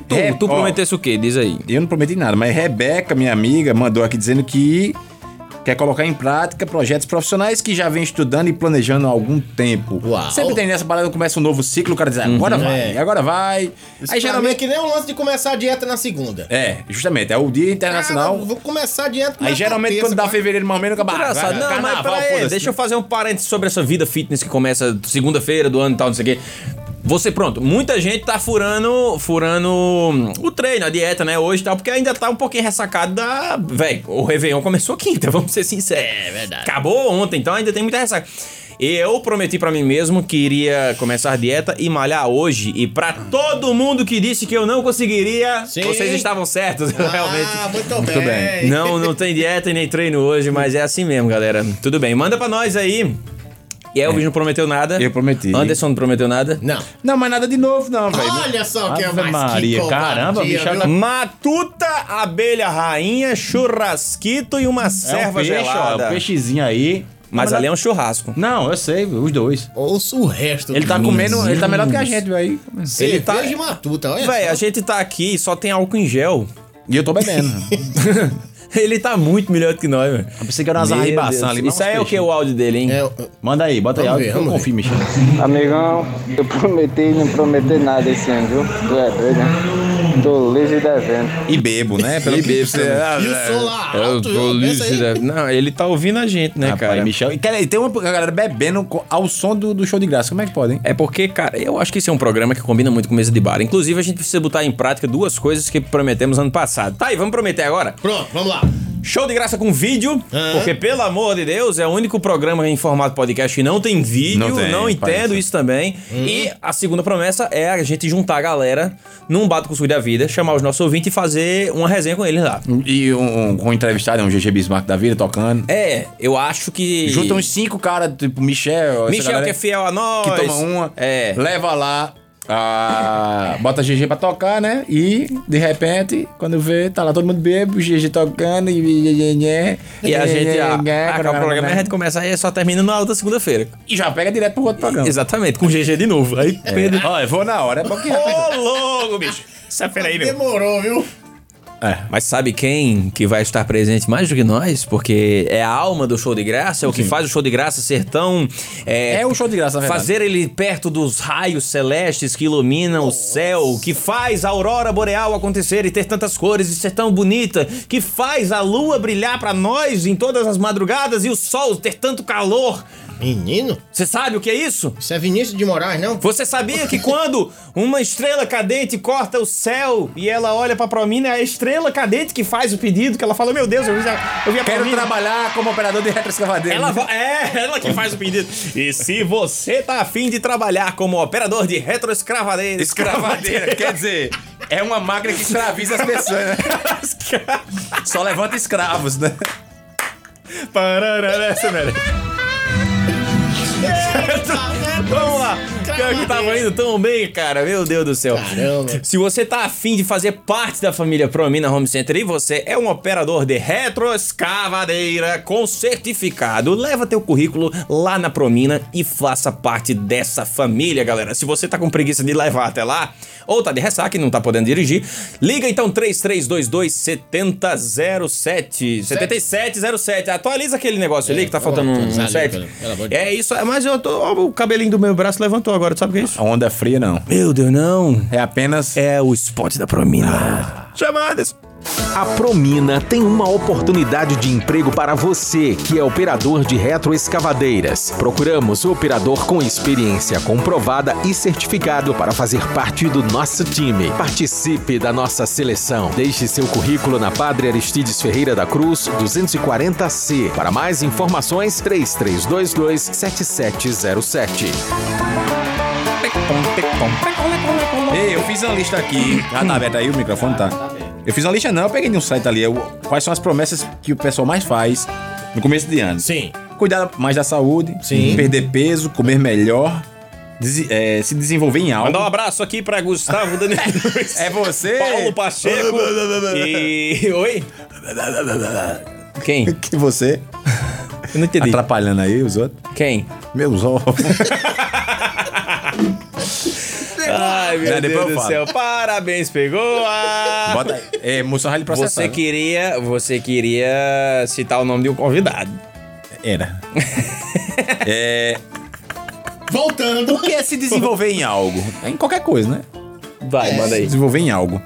C: tu,
D: Re-
C: tu
D: ó,
C: prometesse o quê? Diz aí.
D: Eu não prometi nada, mas Rebeca, minha amiga, mandou aqui dizendo que quer colocar em prática projetos profissionais que já vem estudando e planejando há algum tempo.
G: Uau.
D: Sempre tem nessa parada, começa um novo ciclo, o cara diz, agora
C: Uhum.
D: vai,
G: É.
D: agora vai.
G: Isso
D: aí geralmente...
G: é que nem o lance de começar a dieta na segunda.
D: É, justamente, é o dia internacional.
G: Cara, vou começar a dieta na
D: aí geralmente
G: terça,
D: quando dá
G: quarta.
D: fevereiro, mais ou menos, acaba.
C: Engraçado.
D: vai,
C: Não, mas
D: carnaval,
C: peraí,
D: foda-se. né?
C: deixa eu fazer um parênteses sobre essa vida fitness que começa segunda-feira do ano e tal, não sei o quê. Você, pronto, muita gente tá furando, furando hum, o treino, a dieta, né, hoje e tal, porque ainda tá um pouquinho ressacado da... Véi, o Réveillon começou quinta, vamos ser sinceros. É verdade. Acabou ontem, então ainda tem muita ressaca. Eu prometi pra mim mesmo que iria começar a dieta e malhar hoje. E pra
D: Ah.
C: todo mundo que disse que eu não conseguiria,
G: Sim.
C: vocês estavam certos, realmente.
G: Ah, muito,
D: bem.
G: bem.
C: Não, não tem dieta e nem treino hoje, mas é assim mesmo, galera. Tudo bem, manda pra nós aí. E Elvis não prometeu nada.
D: É. Eu prometi.
C: Anderson não prometeu nada.
G: Não.
D: Não, mas nada de novo, não, velho.
G: Olha só que é
D: Ave
G: mais
D: Maria,
G: que
D: caramba,
G: covardia,
D: bicho,
G: viu?
D: tá-
C: Matuta, abelha rainha, churrasquito e uma
D: É um
C: serva
D: peixe, ó,
C: gelada.
D: um peixezinho aí.
C: Mas ali é um churrasco.
D: Não, eu sei, os dois.
G: Ouça o resto.
D: Ele tá comendo, ele tá melhor que a gente, velho.
G: Ele
C: tá-
G: tá de matuta, olha
C: Véi,
G: só.
C: a gente tá aqui e só tem álcool em gel.
D: E eu tô bebendo.
C: Ele tá muito melhor do que nós, velho.
D: Eu pensei que era umas
C: Meu
D: arribaçãs
C: Deus.
D: Tá ali, mas um
C: Isso aí
D: uns
C: é o que?
D: peixinhos.
C: O áudio dele, hein?
G: É,
D: Manda aí, bota aí.
G: Vamos
D: áudio
G: ver,
D: que eu
G: vamos
D: confio, Michel.
J: Amigão, eu prometi e não prometi nada esse ano, viu? Tu é doido, né?
I: Tô liso e devendo.
C: E bebo, né? Pelo
D: E
C: que
D: bebo
C: você-
D: também.
C: Ah,
G: E o
C: é,
G: som lá
C: eu
G: alto,
C: tô
G: viu?
C: liso
G: Pensa
C: e
G: aí.
C: devendo. Não, ele tá ouvindo a gente, né,
D: Rapaz,
C: cara?
D: Michel. E cara, e tem uma galera bebendo co- ao som do, do show de graça. Como é que pode, hein?
C: É porque, cara, eu acho que esse é um programa que combina muito com mesa de bar. Inclusive, a gente precisa botar em prática duas coisas que prometemos ano passado. Tá aí, vamos prometer agora.
G: Pronto, vamos lá.
C: Show de graça com vídeo, porque pelo amor de Deus, é o único programa em formato podcast que não tem vídeo, não,
D: Não tem,
C: entendo
D: parece. Uhum.
C: isso também. E a segunda promessa é a gente juntar a galera num Bato com o Sul da Vida, chamar os nossos ouvintes e fazer uma resenha com eles lá.
D: E um, um, um entrevistado, um GG Bismarck da vida tocando.
C: É, eu acho que.
D: Junta uns cinco caras, tipo Michel. essa
C: Michel,
D: galera
C: que é fiel a nós.
D: que toma uma,
C: É.
D: leva lá, a- bota GG pra tocar, né? E, de repente, quando vê, tá lá todo mundo bebo, GG tocando e...
C: E a gente ah, a, acaba é o programa e a gente começa aí só termina na outra segunda-feira.
D: E já pega direto pro outro programa.
C: Exatamente, com GG de novo. Aí
D: É.
C: Pedro.
D: Ó, eu vou na hora, é porque...
C: Ô, louco, bicho! Essa feira aí, meu.
G: Demorou, viu?
C: Mas sabe quem que vai estar presente mais do que nós? Porque é a alma do show de graça, é o que faz o show de graça ser tão. É,
D: É o show de graça, na verdade.
C: Fazer ele perto dos raios celestes que iluminam o céu, que faz a aurora boreal acontecer e ter tantas cores e ser tão bonita, que faz a lua brilhar pra nós em todas as madrugadas e o sol ter tanto calor.
G: Menino,
C: Você sabe o que é isso?
G: isso é Vinícius de Moraes, não?
C: Você sabia que quando uma estrela cadente corta o céu e ela olha pra Promina, é a estrela cadente que faz o pedido, que ela fala, meu Deus, eu vi a, eu vi a
D: Quero
C: Promina."
D: trabalhar como operador de retroescavadeira.
C: Ela va- é, ela que faz o pedido. E se você tá afim de trabalhar como operador de retroescravadeira...
D: Escravadeira, quer dizer, é uma máquina que escraviza as pessoas, né? Só levanta escravos, né?
C: Parará, essa, velho. Vamos lá. Pior que tava indo tão bem, cara. Meu Deus do céu.
G: Caramba.
C: Se você tá afim de fazer parte da família Promina Home Center e você é um operador de retroescavadeira com certificado, leva teu currículo lá na Promina e faça parte dessa família, galera. Se você tá com preguiça de levar até lá, ou tá de ressaca e não tá podendo dirigir, liga então 3322 7007. 7707. Atualiza aquele negócio ali que tá faltando um,
G: atualizar
C: um
G: ali,
C: set.
G: pelo- pelo amor de
C: É isso, é, mas eu tô, ó, o cabelinho do meu braço levantou agora, tu sabe o que é isso?
D: A onda fria, não.
C: Meu Deus, não.
D: É apenas...
C: É o spot da Promina. Chamadas.
A: A Promina tem uma oportunidade de emprego para você, que é operador de retroescavadeiras. Procuramos o operador com experiência comprovada e certificado para fazer parte do nosso time. Participe da nossa seleção. Deixe seu currículo na Padre Aristides Ferreira da Cruz, 240C. Para mais informações, 3322-7707.
D: Ei, eu fiz uma lista aqui. Ah, tá aberto aí o microfone, tá? Eu fiz uma lista não, eu peguei de um site ali. eu- quais são as promessas que o pessoal mais faz no começo de ano?
G: Sim.
D: Cuidar mais da saúde,
G: Sim.
D: perder peso, comer melhor, desi- é, se desenvolver em algo.
C: Mandar um abraço aqui pra Gustavo Daniel.
D: É você?
C: Paulo Pacheco. e. Oi? Quem?
D: Que você
C: Eu não entendi.
D: atrapalhando aí os outros.
C: Quem?
D: Meus ovos.
C: Ai, meu
D: Não, Ah, depois
C: Deus
D: eu
C: do
D: falo.
C: céu. Parabéns, pegou a.
D: Bota aí. É, moção ele processar.
C: Você
D: né?
C: queria, você queria citar o nome de um convidado.
D: Era.
G: Voltando.
D: O que é se desenvolver em algo? É em qualquer coisa, né?
C: Vai, É. manda aí.
D: desenvolver em algo.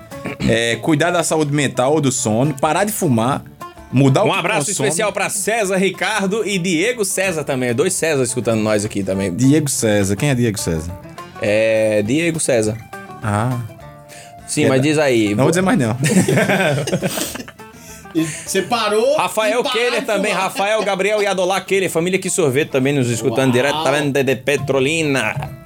D: É, cuidar da saúde mental ou do sono, parar de fumar, mudar o
C: Um
D: que
C: abraço
D: consome.
C: especial pra César Ricardo e Diego César também. Dois César escutando nós aqui também.
D: Diego César. Quem é Diego César?
C: É. Diego César.
D: Ah.
C: Sim, mas diz aí.
D: Não vou dizer mais, não.
G: E Você parou.
C: Rafael
G: e parou
C: Keller
G: de
C: também,
G: falar.
C: Rafael Gabriel e Adolá Keller, família que sorvete também nos escutando
G: Uau.
C: diretamente de Petrolina.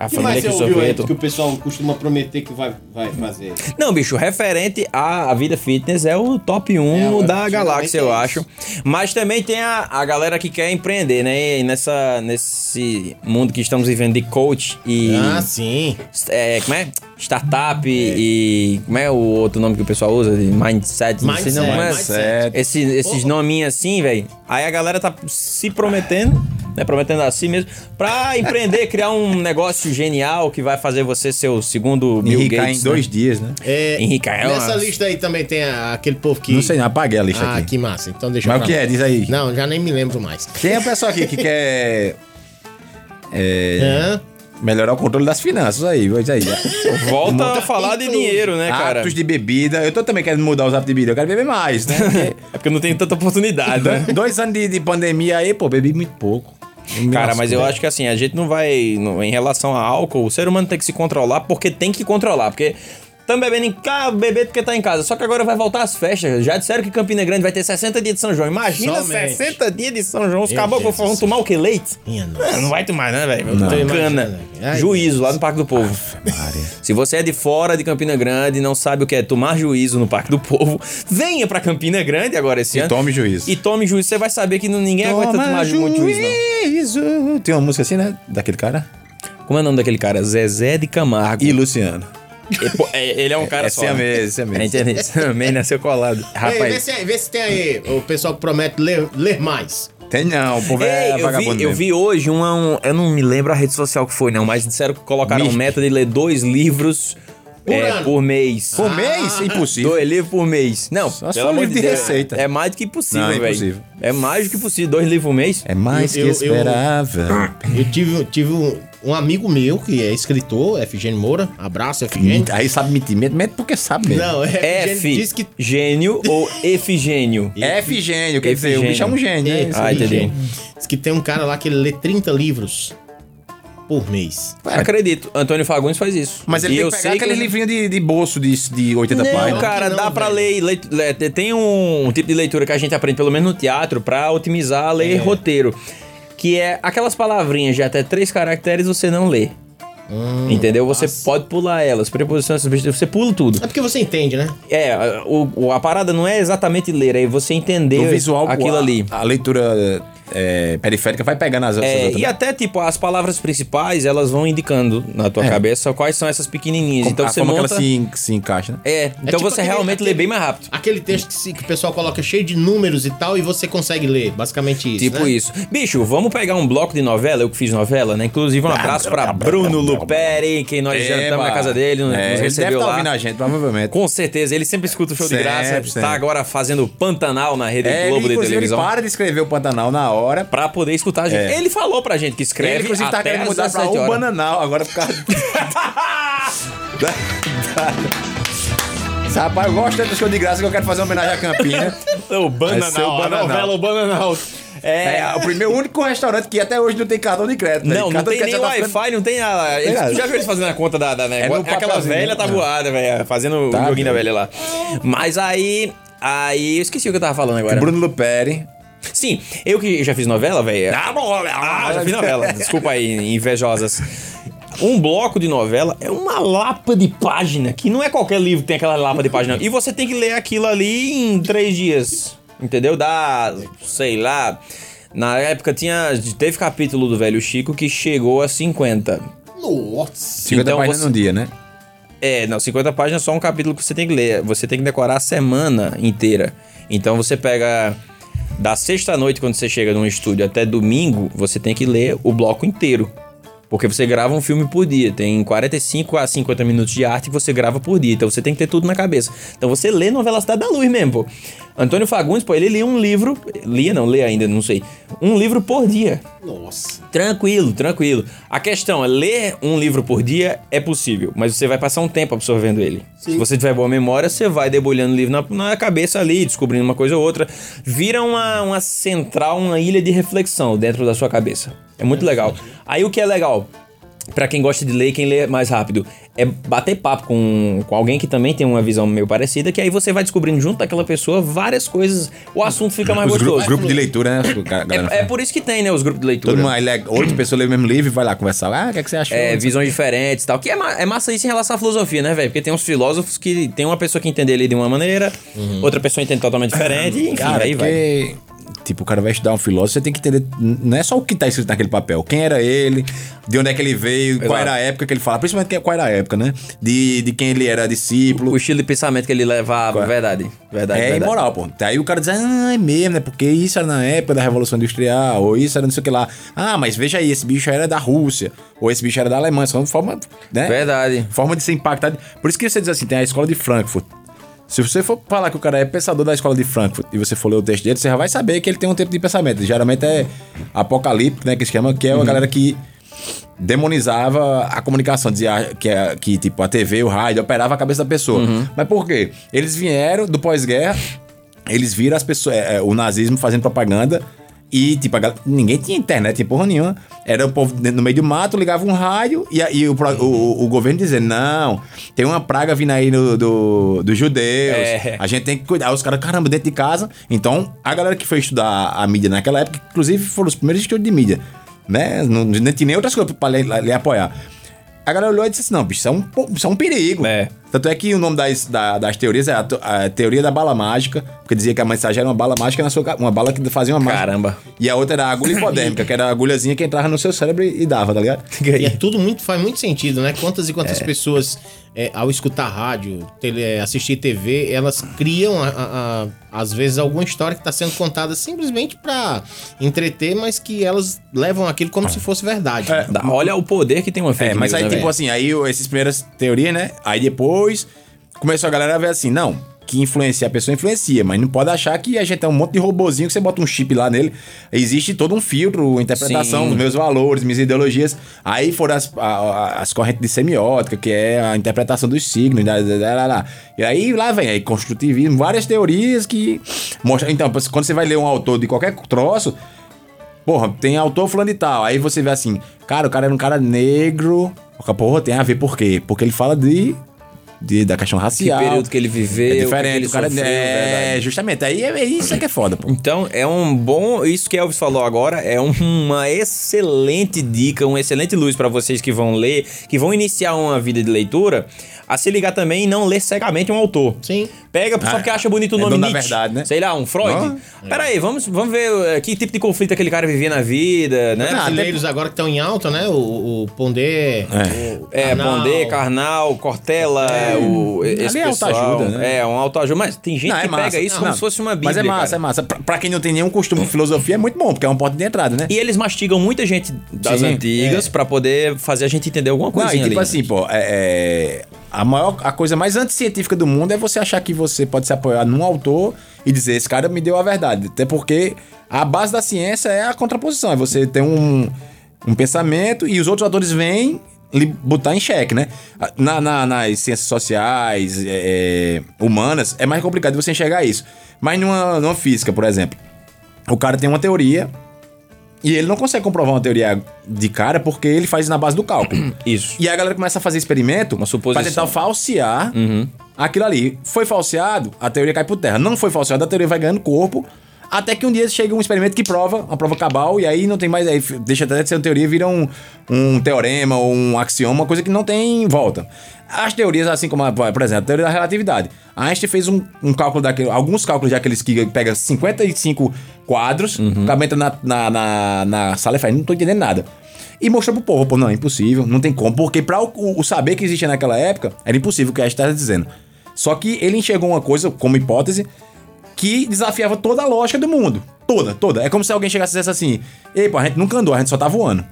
C: A
G: O que mais
C: família
G: você
C: que
G: ouviu aí
C: sorvete.
G: que o pessoal costuma prometer que vai, vai fazer?
C: Não, bicho, referente à, à vida fitness é o top 1
G: É,
C: da
G: geralmente
C: galáxia,
G: é
C: eu
G: isso.
C: acho. Mas também tem a, a galera que quer empreender, né? E nessa, nesse mundo que estamos vivendo de coach e.
G: Ah, sim.
C: é, como é? Startup e. Como é o outro nome que o pessoal usa? De Mindset. não sei, não,
G: Mindset,
C: como é?
D: mindset.
C: Esse- esses nominhos assim, velho. Aí a galera tá se prometendo, né? Prometendo a si mesmo, pra empreender, criar um negócio genial que vai fazer você ser o segundo Bill
D: Enricar
C: Gates.
D: em
C: né?
D: dois dias, né?
G: É,
C: Henrique, é
G: nessa
C: uma-
G: lista aí também tem a- aquele povo que.
D: Não sei, não. Apaguei a
C: é
D: lista
G: Ah,
D: aqui.
G: que massa. Então deixa
D: Mas o
G: pra
D: que
G: lá.
D: é? Diz aí.
G: Não, já nem me lembro mais.
D: Quem é o pessoal aqui que quer...
G: Hã?
D: Melhorar o controle das finanças aí, pois aí.
C: Volta a falar de dinheiro, né, cara?
D: Hábitos de bebida. Eu tô também querendo mudar os hábitos de bebida. Eu quero beber mais, né? Porque
C: É porque não tem tanta oportunidade, né?
D: dois- Dois anos de, de pandemia aí, pô, bebi muito pouco. Me
C: Cara,
D: lascou.
C: mas eu acho que assim, a gente não vai. não- em relação a álcool, o ser humano tem que se controlar porque tem que controlar. Porque estamos bebendo em casa, beber porque tá em casa. Só que agora vai voltar às festas. Já disseram que Campina Grande vai ter 60 dias de São João. Imagina
H: Somente.
C: 60 dias de São João. Os
H: Meu
C: caboclos
H: Deus do
C: vão
H: céu.
C: tomar o que? Leite?
H: Minha nossa.
C: É, Não vai tomar, né, velho? Cana.
H: Ai,
C: Juízo lá no Parque do Povo. Se você é de fora de Campina Grande e não sabe o que é tomar juízo no Parque do Povo, venha pra Campina Grande agora esse
D: E
C: ano.
D: tome juízo.
C: E tome juízo. Você vai saber que não- ninguém aguenta tomar ju- muito juízo, não.
D: juízo. Tem uma música assim, né? Daquele cara.
C: Como é o nome daquele cara? Zezé de Camargo.
D: E Luciano.
C: E, pô, é- ele é um cara só.
D: esse é
C: né?
D: mesmo, esse é mesmo.
C: Entendeu? Esse Também nasceu colado.
G: Ei, vê,
C: Rapaz.
G: se, é, vê se tem aí o pessoal que promete ler, ler mais.
C: É.
D: Tem não, o povo
C: Ei,
D: é
C: eu,
D: vagabundo
C: vi, eu
D: mesmo.
C: vi hoje uma, um. Eu não me lembro a rede social que foi, não, mas disseram que colocaram
D: Misto.
C: meta de ler dois livros
G: Por
C: é,
G: ano.
C: por mês. Ah,
D: Por mês? Impossível.
C: Dois livros por mês. Não,
D: Só se
C: pelo
D: for
C: amor
D: livro de
C: Deus,
D: receita.
C: É mais do que possível,
D: Não, é
C: velho.
D: impossível.
C: É, mais do que possível. Dois livros por mês?
D: É mais
G: Eu-
D: que
G: eu-
D: esperável.
C: Ah,
G: Eu tive, tive um, um amigo meu que é escritor, Efigênio Moura. Abraço, Efigênio.
D: Aí sabe mentir, mete, mete porque sabe mesmo.
G: Não, é,
C: F.
G: Efigênio diz que
C: Gênio ou efigênio?
D: É F gênio, quer dizer, o
C: Efigênio.
D: bicho é um gênio, né?
C: Ah, entendi.
G: Efigênio. Diz que tem um cara lá que ele lê 30 livros por mês.
C: Acredito. Antônio Fagundes faz isso.
D: Mas ele
C: E
D: tem
C: eu
D: que
C: sei
D: pegar aquele
C: ele-
D: livrinho de, de bolso de, de 80
C: Não,
D: páginas.
C: cara,
G: Não,
C: dá pra
G: velho.
C: ler, le- le- te- Tem um tipo de leitura que a gente aprende, pelo menos no teatro, pra otimizar ler
D: É.
C: roteiro. Que é aquelas palavrinhas de até três caracteres você não lê.
D: Ah.
C: Entendeu? Você pode pular elas. Preposição, substantivo, você pula tudo.
G: É porque você entende, né?
C: É, a- o, o- a parada não é exatamente ler, é você entender
D: Do visual pro
C: aquilo
D: ar.
C: ali.
D: A leitura é, periférica vai pegando as outras.
C: É,
D: outras-
C: e até, tipo, as palavras principais, elas vão indicando na tua
D: É.
C: cabeça quais são essas pequenininhas.
D: com-
C: então
D: a
C: você
D: forma
C: monta...
D: que ela se, en- se encaixa, né?
C: É, então
G: tipo
C: você
G: aquele-
C: realmente lê
G: aquele-
C: bem mais rápido.
G: Aquele texto que, se- que o pessoal coloca cheio de números e tal e você consegue ler. Basicamente isso.
C: Tipo
G: né?
C: isso. Bicho, vamos pegar um bloco de novela, eu que fiz novela, né? Inclusive,
D: Ah,
C: um abraço pra Bruno Luperi, que nós É, já estamos na
D: Eba.
C: casa dele, né? nos
D: É, ele deve
C: recebeu
D: estar
C: lá.
D: ouvindo a gente, provavelmente.
C: Com certeza, ele sempre escuta o show de
D: Sempre,
C: graça,
D: sempre.
C: tá agora fazendo Pantanal na Rede
D: É,
C: Globo
D: ele,
C: de
D: inclusive, ele
C: televisão.
D: para de escrever o Pantanal na hora.
C: Pra poder escutar a gente.
D: É.
C: Ele falou pra gente que escreve
D: ele, inclusive,
C: até
D: tá querendo
C: às
D: mudar pra
C: 17
D: o
C: horas.
D: Bananal agora por causa... da, da- Esse Rapaz, eu gosto tanto do show de graça que eu quero fazer uma homenagem né? à Campina.
C: O Bananal,
D: Vai ser o
C: a
D: Bananal.
C: novela, o Bananal. É,
D: É, o primeiro, o único restaurante que até hoje não tem cartão de crédito. né?
C: Não, não
D: Cartão
C: tem
D: de
C: nem
D: crédito já tá ficando-
C: Wi-Fi, não tem a. Eles,
D: nada.
C: tu já viu eles fazendo a conta da. da né?
D: É no
C: Aquela
D: papelzinho,
C: velha
D: né?
C: tabuada, velho. Fazendo
D: Tá,
C: o joguinho da velha
D: velho.
C: lá. Mas aí. Aí. Eu esqueci o que eu tava falando agora.
D: Bruno Luperi.
C: Sim, eu que já fiz novela, velho.
D: Ah, bom,
C: Ah, já fiz novela. Desculpa aí, invejosas. Um bloco de novela é uma lapa de página, que não é qualquer livro que tem aquela lapa de página. E você tem que ler aquilo ali em três dias. Entendeu? Dá, sei lá. Na época tinha. Teve capítulo do Velho Chico que chegou a 50.
G: Nossa.
D: 50
C: Então
D: páginas
C: você-
D: num dia, né?
C: É, não, 50 páginas é só um capítulo que você tem que ler. Você tem que decorar a semana inteira. Então você pega. Da sexta-noite, quando você chega num estúdio, até domingo, você tem que ler o bloco inteiro. Porque você grava um filme por dia. Tem 45 a 50 minutos de arte que você grava por dia. Então você tem que ter tudo na cabeça. Então você lê novela Cidade da Luz mesmo, pô. Antônio Fagundes, pô, ele lia um livro. Lia, não, lê ainda, não sei. Um livro por dia.
G: Nossa.
C: Tranquilo, tranquilo. A questão é ler um livro por dia é possível, mas você vai passar um tempo absorvendo ele. Se você tiver boa memória, você vai debulhando o livro na, na cabeça ali, descobrindo uma coisa ou outra. Vira uma, uma central, uma ilha de reflexão dentro da sua cabeça. É muito legal. Aí o que é legal? Pra quem gosta de ler, quem lê mais rápido, é bater papo com, com alguém que também tem uma visão meio parecida, que aí você vai descobrindo junto daquela pessoa várias coisas, o assunto fica mais
D: Os gru-
C: é gostoso.
D: os grupos de leitura, né? Ga- galera
C: É, é
D: fala.
C: por isso que tem, né, os grupos de leitura.
D: Todo mundo, aí lê- oito pessoas lê o mesmo livro e vai lá conversar. Ah, o que, é que você achou?
C: É,
D: Não sei
C: visões diferentes e tal. Que é, ma- é massa isso em relação à filosofia, né, velho? Porque tem uns filósofos que tem uma pessoa que entende ele de uma maneira, outra pessoa entende totalmente diferente, e enfim,
D: Uhum. Cara, é
C: aí vai.
D: porque, Tipo, o cara vai estudar um filósofo, você tem que entender. n- Não é só o que tá escrito naquele papel. Quem era ele, de onde é que ele veio, qual era a época que ele fala. Principalmente que- qual era a época, né? De, de quem ele era discípulo.
C: O estilo de pensamento que ele levava,
D: Qual é?
C: verdade. Verdade.
D: é
C: verdade.
D: imoral, pô. Aí o cara diz, ah, é mesmo, né? Porque isso era na época da Revolução Industrial, ou isso era não sei o que lá. Ah, mas veja aí, esse bicho era da Rússia, ou esse bicho era da Alemanha. São forma, né?
C: Verdade.
D: Forma de ser impactado. Por isso que você diz assim, tem a escola de Frankfurt. Se você for falar que o cara é pensador da escola de Frankfurt e você for ler o texto dele, você já vai saber que ele tem um tipo de pensamento. Geralmente é apocalíptico, né? Que se chama, que é uma galera que demonizava a comunicação, dizia que, a- que tipo, a TV, o rádio, operava a cabeça da pessoa. Mas por quê? Eles vieram do pós-guerra, eles viram as pessoas, é, é, o nazismo fazendo propaganda e, tipo, a gal- ninguém tinha internet, tinha porra nenhuma. Era o povo dentro- no meio do mato, ligava um rádio e, a- e o, pro- o- o- o governo dizendo, não, tem uma praga vindo aí no- do, dos judeus,
C: É.
D: a gente tem que cuidar. Os caras, caramba, dentro de casa. Então, a galera que foi estudar a mídia naquela época, inclusive foram os primeiros estudos de mídia, né? Não, não tinha nem outras coisas pra lhe, lhe apoiar. A galera olhou e disse assim, não, bicho, isso é um, po- isso é um perigo.
C: É.
D: Tanto é que o nome das, da- das teorias é a, to- a teoria da bala mágica, que dizia que a mensagem era uma bala mágica na sua ca- uma bala que fazia uma mágica.
C: Caramba.
D: E a outra era a agulha hipodérmica, que era a agulhazinha que entrava no seu cérebro e, e dava, tá ligado?
G: E é tudo muito, faz muito sentido, né? Quantas e quantas pessoas, é, ao escutar rádio, tele- é, assistir TV, elas criam, a- a- a- às vezes, alguma história que está sendo contada simplesmente para entreter, mas que elas levam aquilo
C: É.
G: como se fosse verdade. né?
C: Dá- Olha o poder que tem uma fake
D: É, mas
C: news,
D: aí,
C: né,
D: tipo
C: velho?
D: assim, aí o- essas primeiras teorias, né? Aí depois começou a galera a ver assim, não, que influencia, a pessoa influencia, mas não pode achar que a gente é um monte de robozinho que você bota um chip lá nele. Existe todo um filtro, interpretação
C: Sim.
D: dos meus valores, minhas ideologias. Aí foram as, a- a- as correntes de semiótica, que é a interpretação dos signos, lá, lá, lá, lá. E aí lá vem aí construtivismo, várias teorias que mostram. Então, quando você vai ler um autor de qualquer troço, Porra, tem autor fulano e tal. Aí você vê assim, cara, o cara era um cara negro. Porra, tem a ver por quê? Porque ele fala de. de- da questão
C: Que
D: racial.
C: período que ele viveu,
D: é
C: o que que
D: diferente,
C: ele
D: o cara
C: sofreu,
D: é,
C: verdade.
D: justamente. Aí é, é isso que é foda, pô.
C: Então, é um bom. Isso que Elvis falou agora é um- uma excelente dica, uma excelente luz pra vocês que vão ler, que vão iniciar uma vida de leitura, a se ligar também e não ler cegamente um autor.
G: Sim.
C: Pega só porque acha bonito o
D: é
C: nome
D: dono da
C: Nietzsche.
D: verdade, né?
C: Sei lá, um Freud. Peraí, vamos, vamos ver eh, que tipo de conflito aquele cara vivia na vida, né?
D: Ah,
G: Os brasileiros agora que estão em alta, né? O, o Pondé. o tá
C: É,
G: Carnal.
C: Pondé, Carnal, Cortella, o, esse
D: ali é
C: pessoal.
D: autoajuda, né?
C: É, um autoajuda. Mas tem gente
D: Não, é
C: que pega isso
D: Não,
C: como
D: não.
C: se fosse uma bíblia,
D: Mas é massa,
C: cara.
D: é massa. Pra, pra quem não tem nenhum costume de filosofia, é muito bom, porque é uma porta de entrada, né?
C: E eles mastigam muita gente das
D: Sim,
C: antigas pra poder fazer a gente entender alguma né?
D: Não,
C: coisa.
D: e tipo assim, pô, é, é, a maior a coisa mais anticientífica do mundo é você achar que você pode se apoiar num autor e dizer esse cara me deu a verdade. Até porque a base da ciência é a contraposição, é você ter um, um pensamento e os outros autores vêm lhe botar em xeque, né? Na, na- nas ciências sociais, é, é, humanas, é mais complicado você enxergar isso. Mas numa, numa física, por exemplo, o cara tem uma teoria e ele não consegue comprovar uma teoria de cara porque ele faz na base do cálculo.
C: Isso.
D: E a galera começa a fazer experimento
C: Uma suposição. Uhum.
D: pra tentar falsear aquilo ali. Foi falseado, a teoria cai por terra. Não foi falseado, a teoria vai ganhando corpo. Até que um dia chega um experimento que prova, uma prova cabal, e aí não tem mais. Aí f- deixa até de ser uma teoria, vira um, um teorema, um axioma, uma coisa que não tem volta. As teorias, assim como, a, por exemplo, a teoria da relatividade. Einstein fez um, um cálculo daquele, alguns cálculos daqueles que pega 55 quadros,
C: Uhum.
D: o cara entra na, na, na, na sala e faz, não tô entendendo nada. E mostrou pro povo, pô, não, é impossível, não tem como. Porque pra o, o saber que existia naquela época, era impossível o que a gente estava dizendo. Só que ele enxergou uma coisa, como hipótese, que desafiava toda a lógica do mundo. Toda, toda. É como se alguém chegasse e dissesse assim, ei, pô, a gente nunca andou, a gente só tá voando.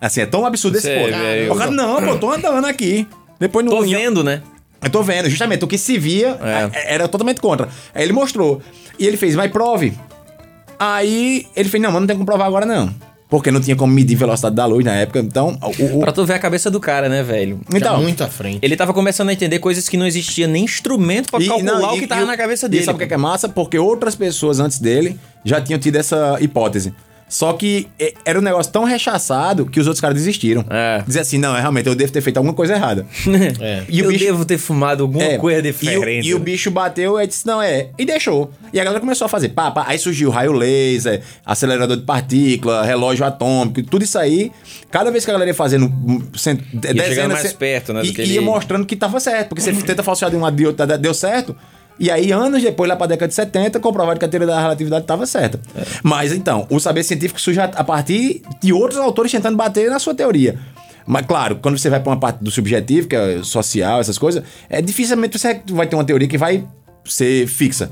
D: Assim, é tão absurdo esse
C: Sei,
D: ponto.
C: velho.
D: O cara, não, pô, tô andando aqui. Depois no
C: Tô vendo, né?
D: eu tô vendo, justamente. O que se via
C: É.
D: é, era totalmente contra. Aí ele mostrou. E ele fez, mas prove. Aí ele fez, não, mas não tem como provar agora, não. Porque não tinha como medir a velocidade da luz na época, então. O, o-
C: Pra tu ver a cabeça do cara, né, velho?
G: Já
D: então.
G: muito à frente.
C: Ele tava começando a entender coisas que não existia nem instrumento pra
D: e-
C: calcular
D: não,
C: o
D: e-
C: que tava
D: e-
C: na cabeça
D: E
C: dele.
D: sabe o que é que é massa? Porque outras pessoas antes dele já tinham tido essa hipótese. Só que é, era um negócio tão rechaçado que os outros caras desistiram.
C: É.
D: Dizer assim, não, é, realmente, eu devo ter feito alguma coisa errada.
G: É.
D: E o
C: Eu
D: bicho-
C: devo ter fumado alguma
D: É,
C: coisa
D: e o-
C: diferente.
D: E o, bicho bateu e disse, não, é. E deixou. E a galera começou a fazer pá, pá. Aí surgiu raio laser, acelerador de partícula, relógio atômico, tudo isso aí. Cada vez que a galera ia fazendo hum, cent...
C: chegando
D: dezenas...
C: mais
D: cen-
C: perto, né, do
D: E
C: que
D: ia
C: ele-
D: mostrando que tava certo. Porque você tenta falsear de um lado de outro, deu certo... E aí, anos depois, lá pra década de 70, comprovaram que a teoria da relatividade estava certa.
C: É.
D: Mas então, o saber científico surge a- a partir de outros autores tentando bater na sua teoria. Mas, claro, quando você vai pra uma parte do subjetivo, que é social, essas coisas, é dificilmente você vai ter uma teoria que vai ser fixa.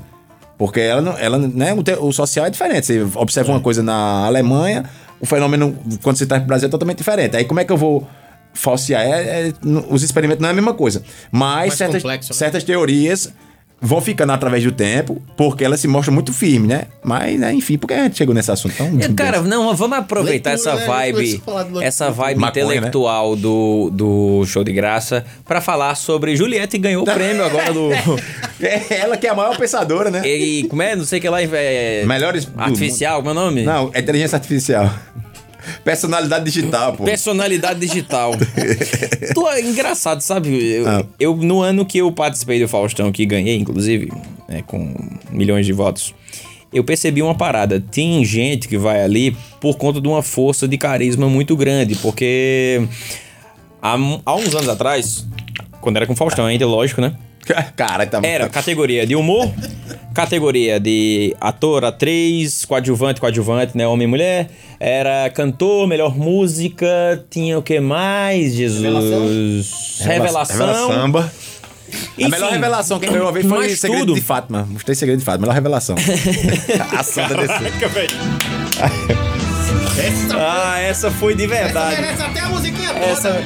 D: Porque ela, não- ela né, o, te- o social é diferente. Você observa uma coisa na Alemanha, o fenômeno, quando você tá no Brasil, é totalmente diferente. Aí como é que eu vou falsear? É- é- n- os experimentos não é a mesma coisa. Mas certas,
G: complexo, né?
D: certas teorias vão ficando através do tempo, porque ela se mostra muito firme, né? Mas, né, enfim, porque a gente chegou nesse assunto tão.
C: Eu, Cara, não, vamos aproveitar
G: Leitura,
C: essa
G: né?
C: vibe,
G: Começou a falar de leitura.
C: essa vibe
D: Maconha, né?
C: intelectual do, do show de graça pra falar sobre Juliette que ganhou o prêmio agora do
D: É ela que é a maior pensadora, né?
C: e como é, não sei o que lá é,
D: Melhores do
C: artificial, como é o nome?
D: Não, é inteligência artificial. Personalidade digital, pô.
C: Personalidade digital. tu, é engraçado, sabe? Eu, eu, no ano que eu participei do Faustão, que ganhei, inclusive, né, com milhões de votos, eu percebi uma parada. Tem gente que vai ali por conta de uma força de carisma muito grande, porque há, mu- há uns anos atrás, quando era com o Faustão ainda, lógico, né?
D: Cara, tá
C: Era categoria de humor, categoria de ator, atriz, coadjuvante, coadjuvante, né? Homem e mulher. Era cantor, melhor música, tinha o que mais, Jesus? Revelação.
D: Revela samba. a
C: Enfim,
D: melhor revelação que eu ouvi foi o
C: mas
D: Segredo
C: tudo.
D: de Fátima. Mostrei Segredo de Fátima. Melhor revelação. a santa desse.
C: Ah, essa foi de verdade.
G: Merece até a musiquinha toda.
C: Essa,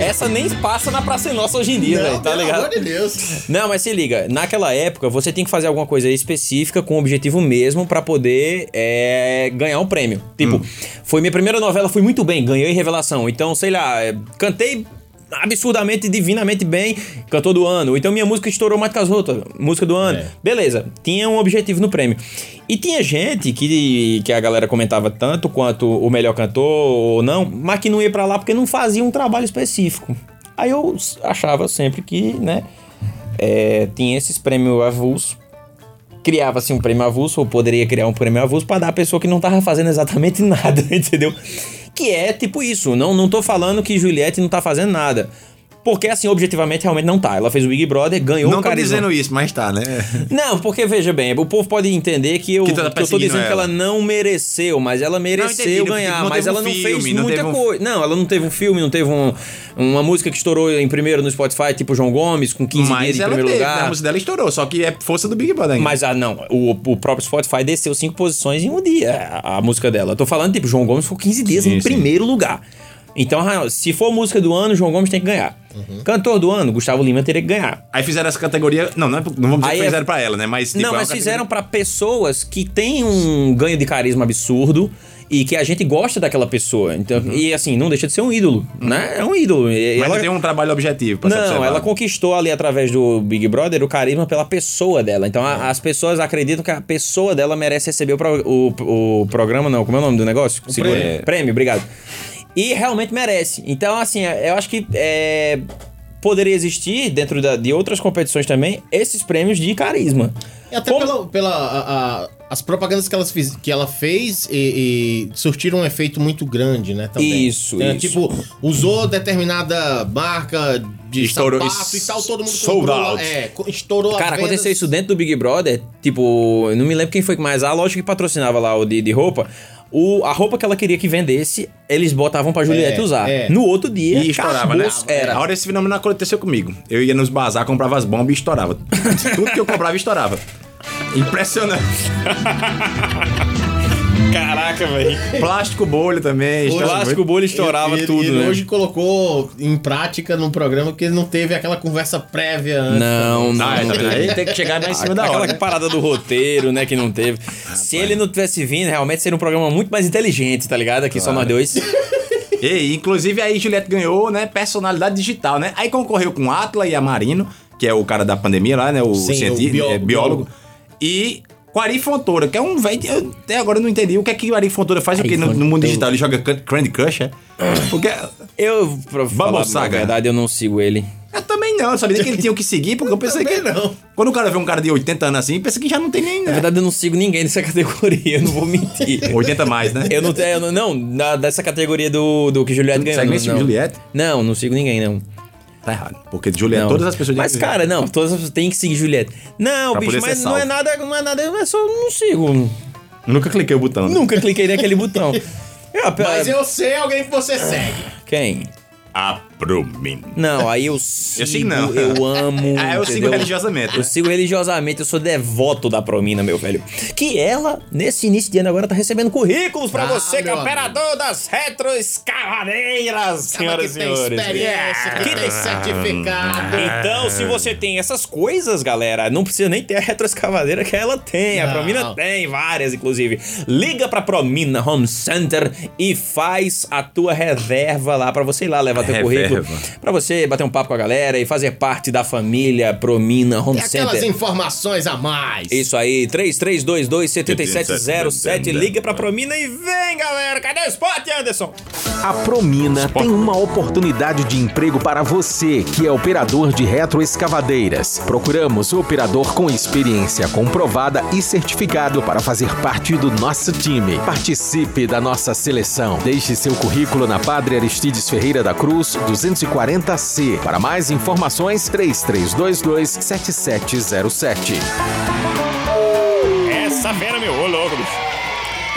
C: essa nem passa na Praça é Nossa hoje em dia, velho, tá
G: Pelo
C: ligado?
G: amor de Deus.
C: Não, mas se liga, naquela época você tem que fazer alguma coisa específica com o objetivo mesmo pra poder é, ganhar um prêmio. Tipo, foi minha primeira novela, fui muito bem, ganhei revelação. Então, sei lá, é, cantei absurdamente, divinamente bem, cantor do ano. Então minha música estourou mais que as outras, música do ano. Beleza, tinha um objetivo no prêmio. E tinha gente que, que a galera comentava tanto quanto o melhor cantor ou não, mas que não ia pra lá porque não fazia um trabalho específico. Aí eu s- achava sempre que, né, é, tinha esses prêmios avulso. Criava-se um prêmio avulso, ou poderia criar um prêmio avulso pra dar a pessoa que não tava fazendo exatamente nada, entendeu? Que é tipo isso. Não, não tô falando que Juliette não tá fazendo nada. Porque, assim, objetivamente, realmente não tá. Ela fez o Big Brother, ganhou
D: Não
C: o
D: tô
C: carisma.
D: dizendo isso, mas tá, né?
C: Não, porque veja bem, o povo pode entender que eu,
D: Que
C: que
D: tu tá
C: eu tô
D: perseguindo
C: dizendo que
D: ela.
C: ela não mereceu, mas ela mereceu
D: entendi, não-
C: ganhar,
D: não
C: mas
D: teve
C: ela
D: um
C: não
D: filme,
C: fez
D: não
C: muita
D: teve um-
C: coisa. Não, ela não teve um filme, não teve um- uma música que estourou em primeiro no Spotify, tipo João Gomes, com 15 dias
D: Mas
C: em
D: ela
C: primeiro
D: teve, né?
C: lugar.
D: A música dela estourou, só que é força do Big Brother ainda.
C: Mas ah, não, o, o próprio Spotify desceu cinco posições em um dia a, a música dela. Eu tô falando, tipo, João Gomes ficou 15 dias em primeiro lugar. Então, ah, se for música do ano, João Gomes tem que ganhar. Cantor do ano, Gustavo Lima teria que ganhar.
D: Aí fizeram essa categoria. Não, não, é- não vamos dizer
C: Aí
D: que
C: é-
D: fizeram pra ela, né? Mas, tipo,
C: não,
D: é uma
C: mas
D: categoria-
C: fizeram pra pessoas que têm um ganho de carisma absurdo e que a gente gosta daquela pessoa. Então, E assim, não deixa de ser um ídolo, né? É um ídolo. E-
D: Mas
C: ela-
D: não tem um trabalho objetivo pra ser
C: Não,
D: observado.
C: ela conquistou ali através do Big Brother o carisma pela pessoa dela. Então a- as pessoas acreditam que a pessoa dela merece receber o, pro- o- o programa, não. Como é o nome do negócio? Segura. prêmio. obrigado. E realmente merece. Então, assim, eu acho que é, poderia existir, dentro da- de outras competições também, esses prêmios de carisma.
G: E até
C: Como-
G: pela, pela a- a- as propagandas que, elas fiz- que ela fez e, e surtiram um efeito muito grande, né? Também.
C: Isso, isso.
G: Tipo, usou determinada marca de
D: Estourou-
G: sapato e tal, todo mundo
D: Sold
G: comprou lá.
D: out.
G: É, co- estourou
C: Cara,
G: a venda.
C: aconteceu isso dentro do Big Brother. Tipo, eu não me lembro quem foi, mas a loja que patrocinava lá o de, de roupa, o, a roupa que ela queria que vendesse, eles botavam pra Juliette
G: É,
C: usar.
G: é.
C: No outro dia,
D: E estourava, né?
C: acabou-se, Era.
D: A hora esse fenômeno aconteceu comigo. Eu ia nos bazar, comprava as bombas e estourava. Tudo que eu comprava, estourava. Impressionante.
C: Caraca, velho.
D: Plástico bolha também. estourava
C: Plástico,
D: muito.
C: bolha estourava
G: Ele-
C: tudo,
G: ele
C: né?
G: hoje colocou em prática num programa que ele não teve aquela conversa prévia antes.
C: Não, não.
D: Ah, é, tá vendo? Aí
C: tem que chegar mais em
D: cima da
C: Aquela
D: hora, né?
C: parada do roteiro, né, que não teve. Se ele não tivesse vindo, realmente seria um programa muito mais inteligente, tá ligado? Aqui só nós dois.
D: E, inclusive, aí Juliette ganhou, né? Personalidade digital, né? Aí concorreu com Atla e a Marino, que é o cara da pandemia lá, né? O
G: Sim, o
D: cientista,
G: bió-
D: é, biólogo. E com Ari Fontoura, que é um velho. eu Até agora eu não entendi o que é que o Ari Fontoura faz o quê no, no mundo digital. Ele joga Can- Candy Crush, é? Porque.
C: Eu, pra falar a
D: Saga.
C: verdade, eu não sigo ele.
D: Eu também não, eu sabia nem que ele tinha o que seguir, porque eu pensei que. Não. Quando o cara vê um cara de 80 anos assim, pensa que já não tem nem.
C: Na
D: Né?
C: verdade, eu não sigo ninguém dessa categoria, eu não vou mentir.
D: 80 mais, né?
C: Eu não tenho. eu não- Não, da- dessa categoria do, do que Juliette ganhou.
D: segue
C: não,
D: nem esse
C: não.
D: Juliette?
C: Não, não sigo ninguém, não.
D: Tá errado. Porque Juliette,
C: Não.
D: todas as pessoas.
C: Mas, cara, não, todas as pessoas têm que seguir Juliette. Não,
D: Pra
C: bicho,
D: poder ser
C: mas não é
D: salvo.
C: nada, não é nada, eu só não sigo.
D: Nunca cliquei o botão. né?
C: Nunca cliquei naquele botão. Eu,
G: Mas eu sei alguém que você segue.
C: Ah, Quem?
D: A
C: Brumin. Não, aí eu sigo, eu,
D: sigo, não.
C: eu amo.
D: Ah, eu sigo
C: entendeu?
D: religiosamente.
C: Eu sigo religiosamente, eu sou devoto da Promina, meu velho. Que ela, nesse início de ano agora, tá recebendo currículos pra
G: Ah,
C: você, que é
G: meu
C: operador das retroescavadeiras,
G: Cara
C: senhoras
G: que
C: e
G: tem
C: senhores. Ah.
G: experiência, que tem certificado.
C: Então, se você tem essas coisas, galera, não precisa nem ter a retroescavadeira que ela tem. A
G: Não.
C: Promina tem várias, inclusive. Liga pra Promina Home Center e faz a tua reserva lá pra você ir lá levar teu
D: Reserva.
C: currículo. Pra você bater um papo com a galera e fazer parte da família Promina Home
G: Tem aquelas
C: Então, Center.
G: informações a mais.
C: Isso aí, 3322-7707. Liga pra Promina e vem, galera. Cadê o spot, Anderson?
A: A Promina tem uma oportunidade de emprego para você, que é operador de retroescavadeiras. Procuramos o operador com experiência comprovada e certificado para fazer parte do nosso time. Participe da nossa seleção. Deixe seu currículo na Padre Aristides Ferreira da Cruz, 240C. Para mais informações, 3322-7707.
C: Essa fera, meu. Ô, louco, bicho.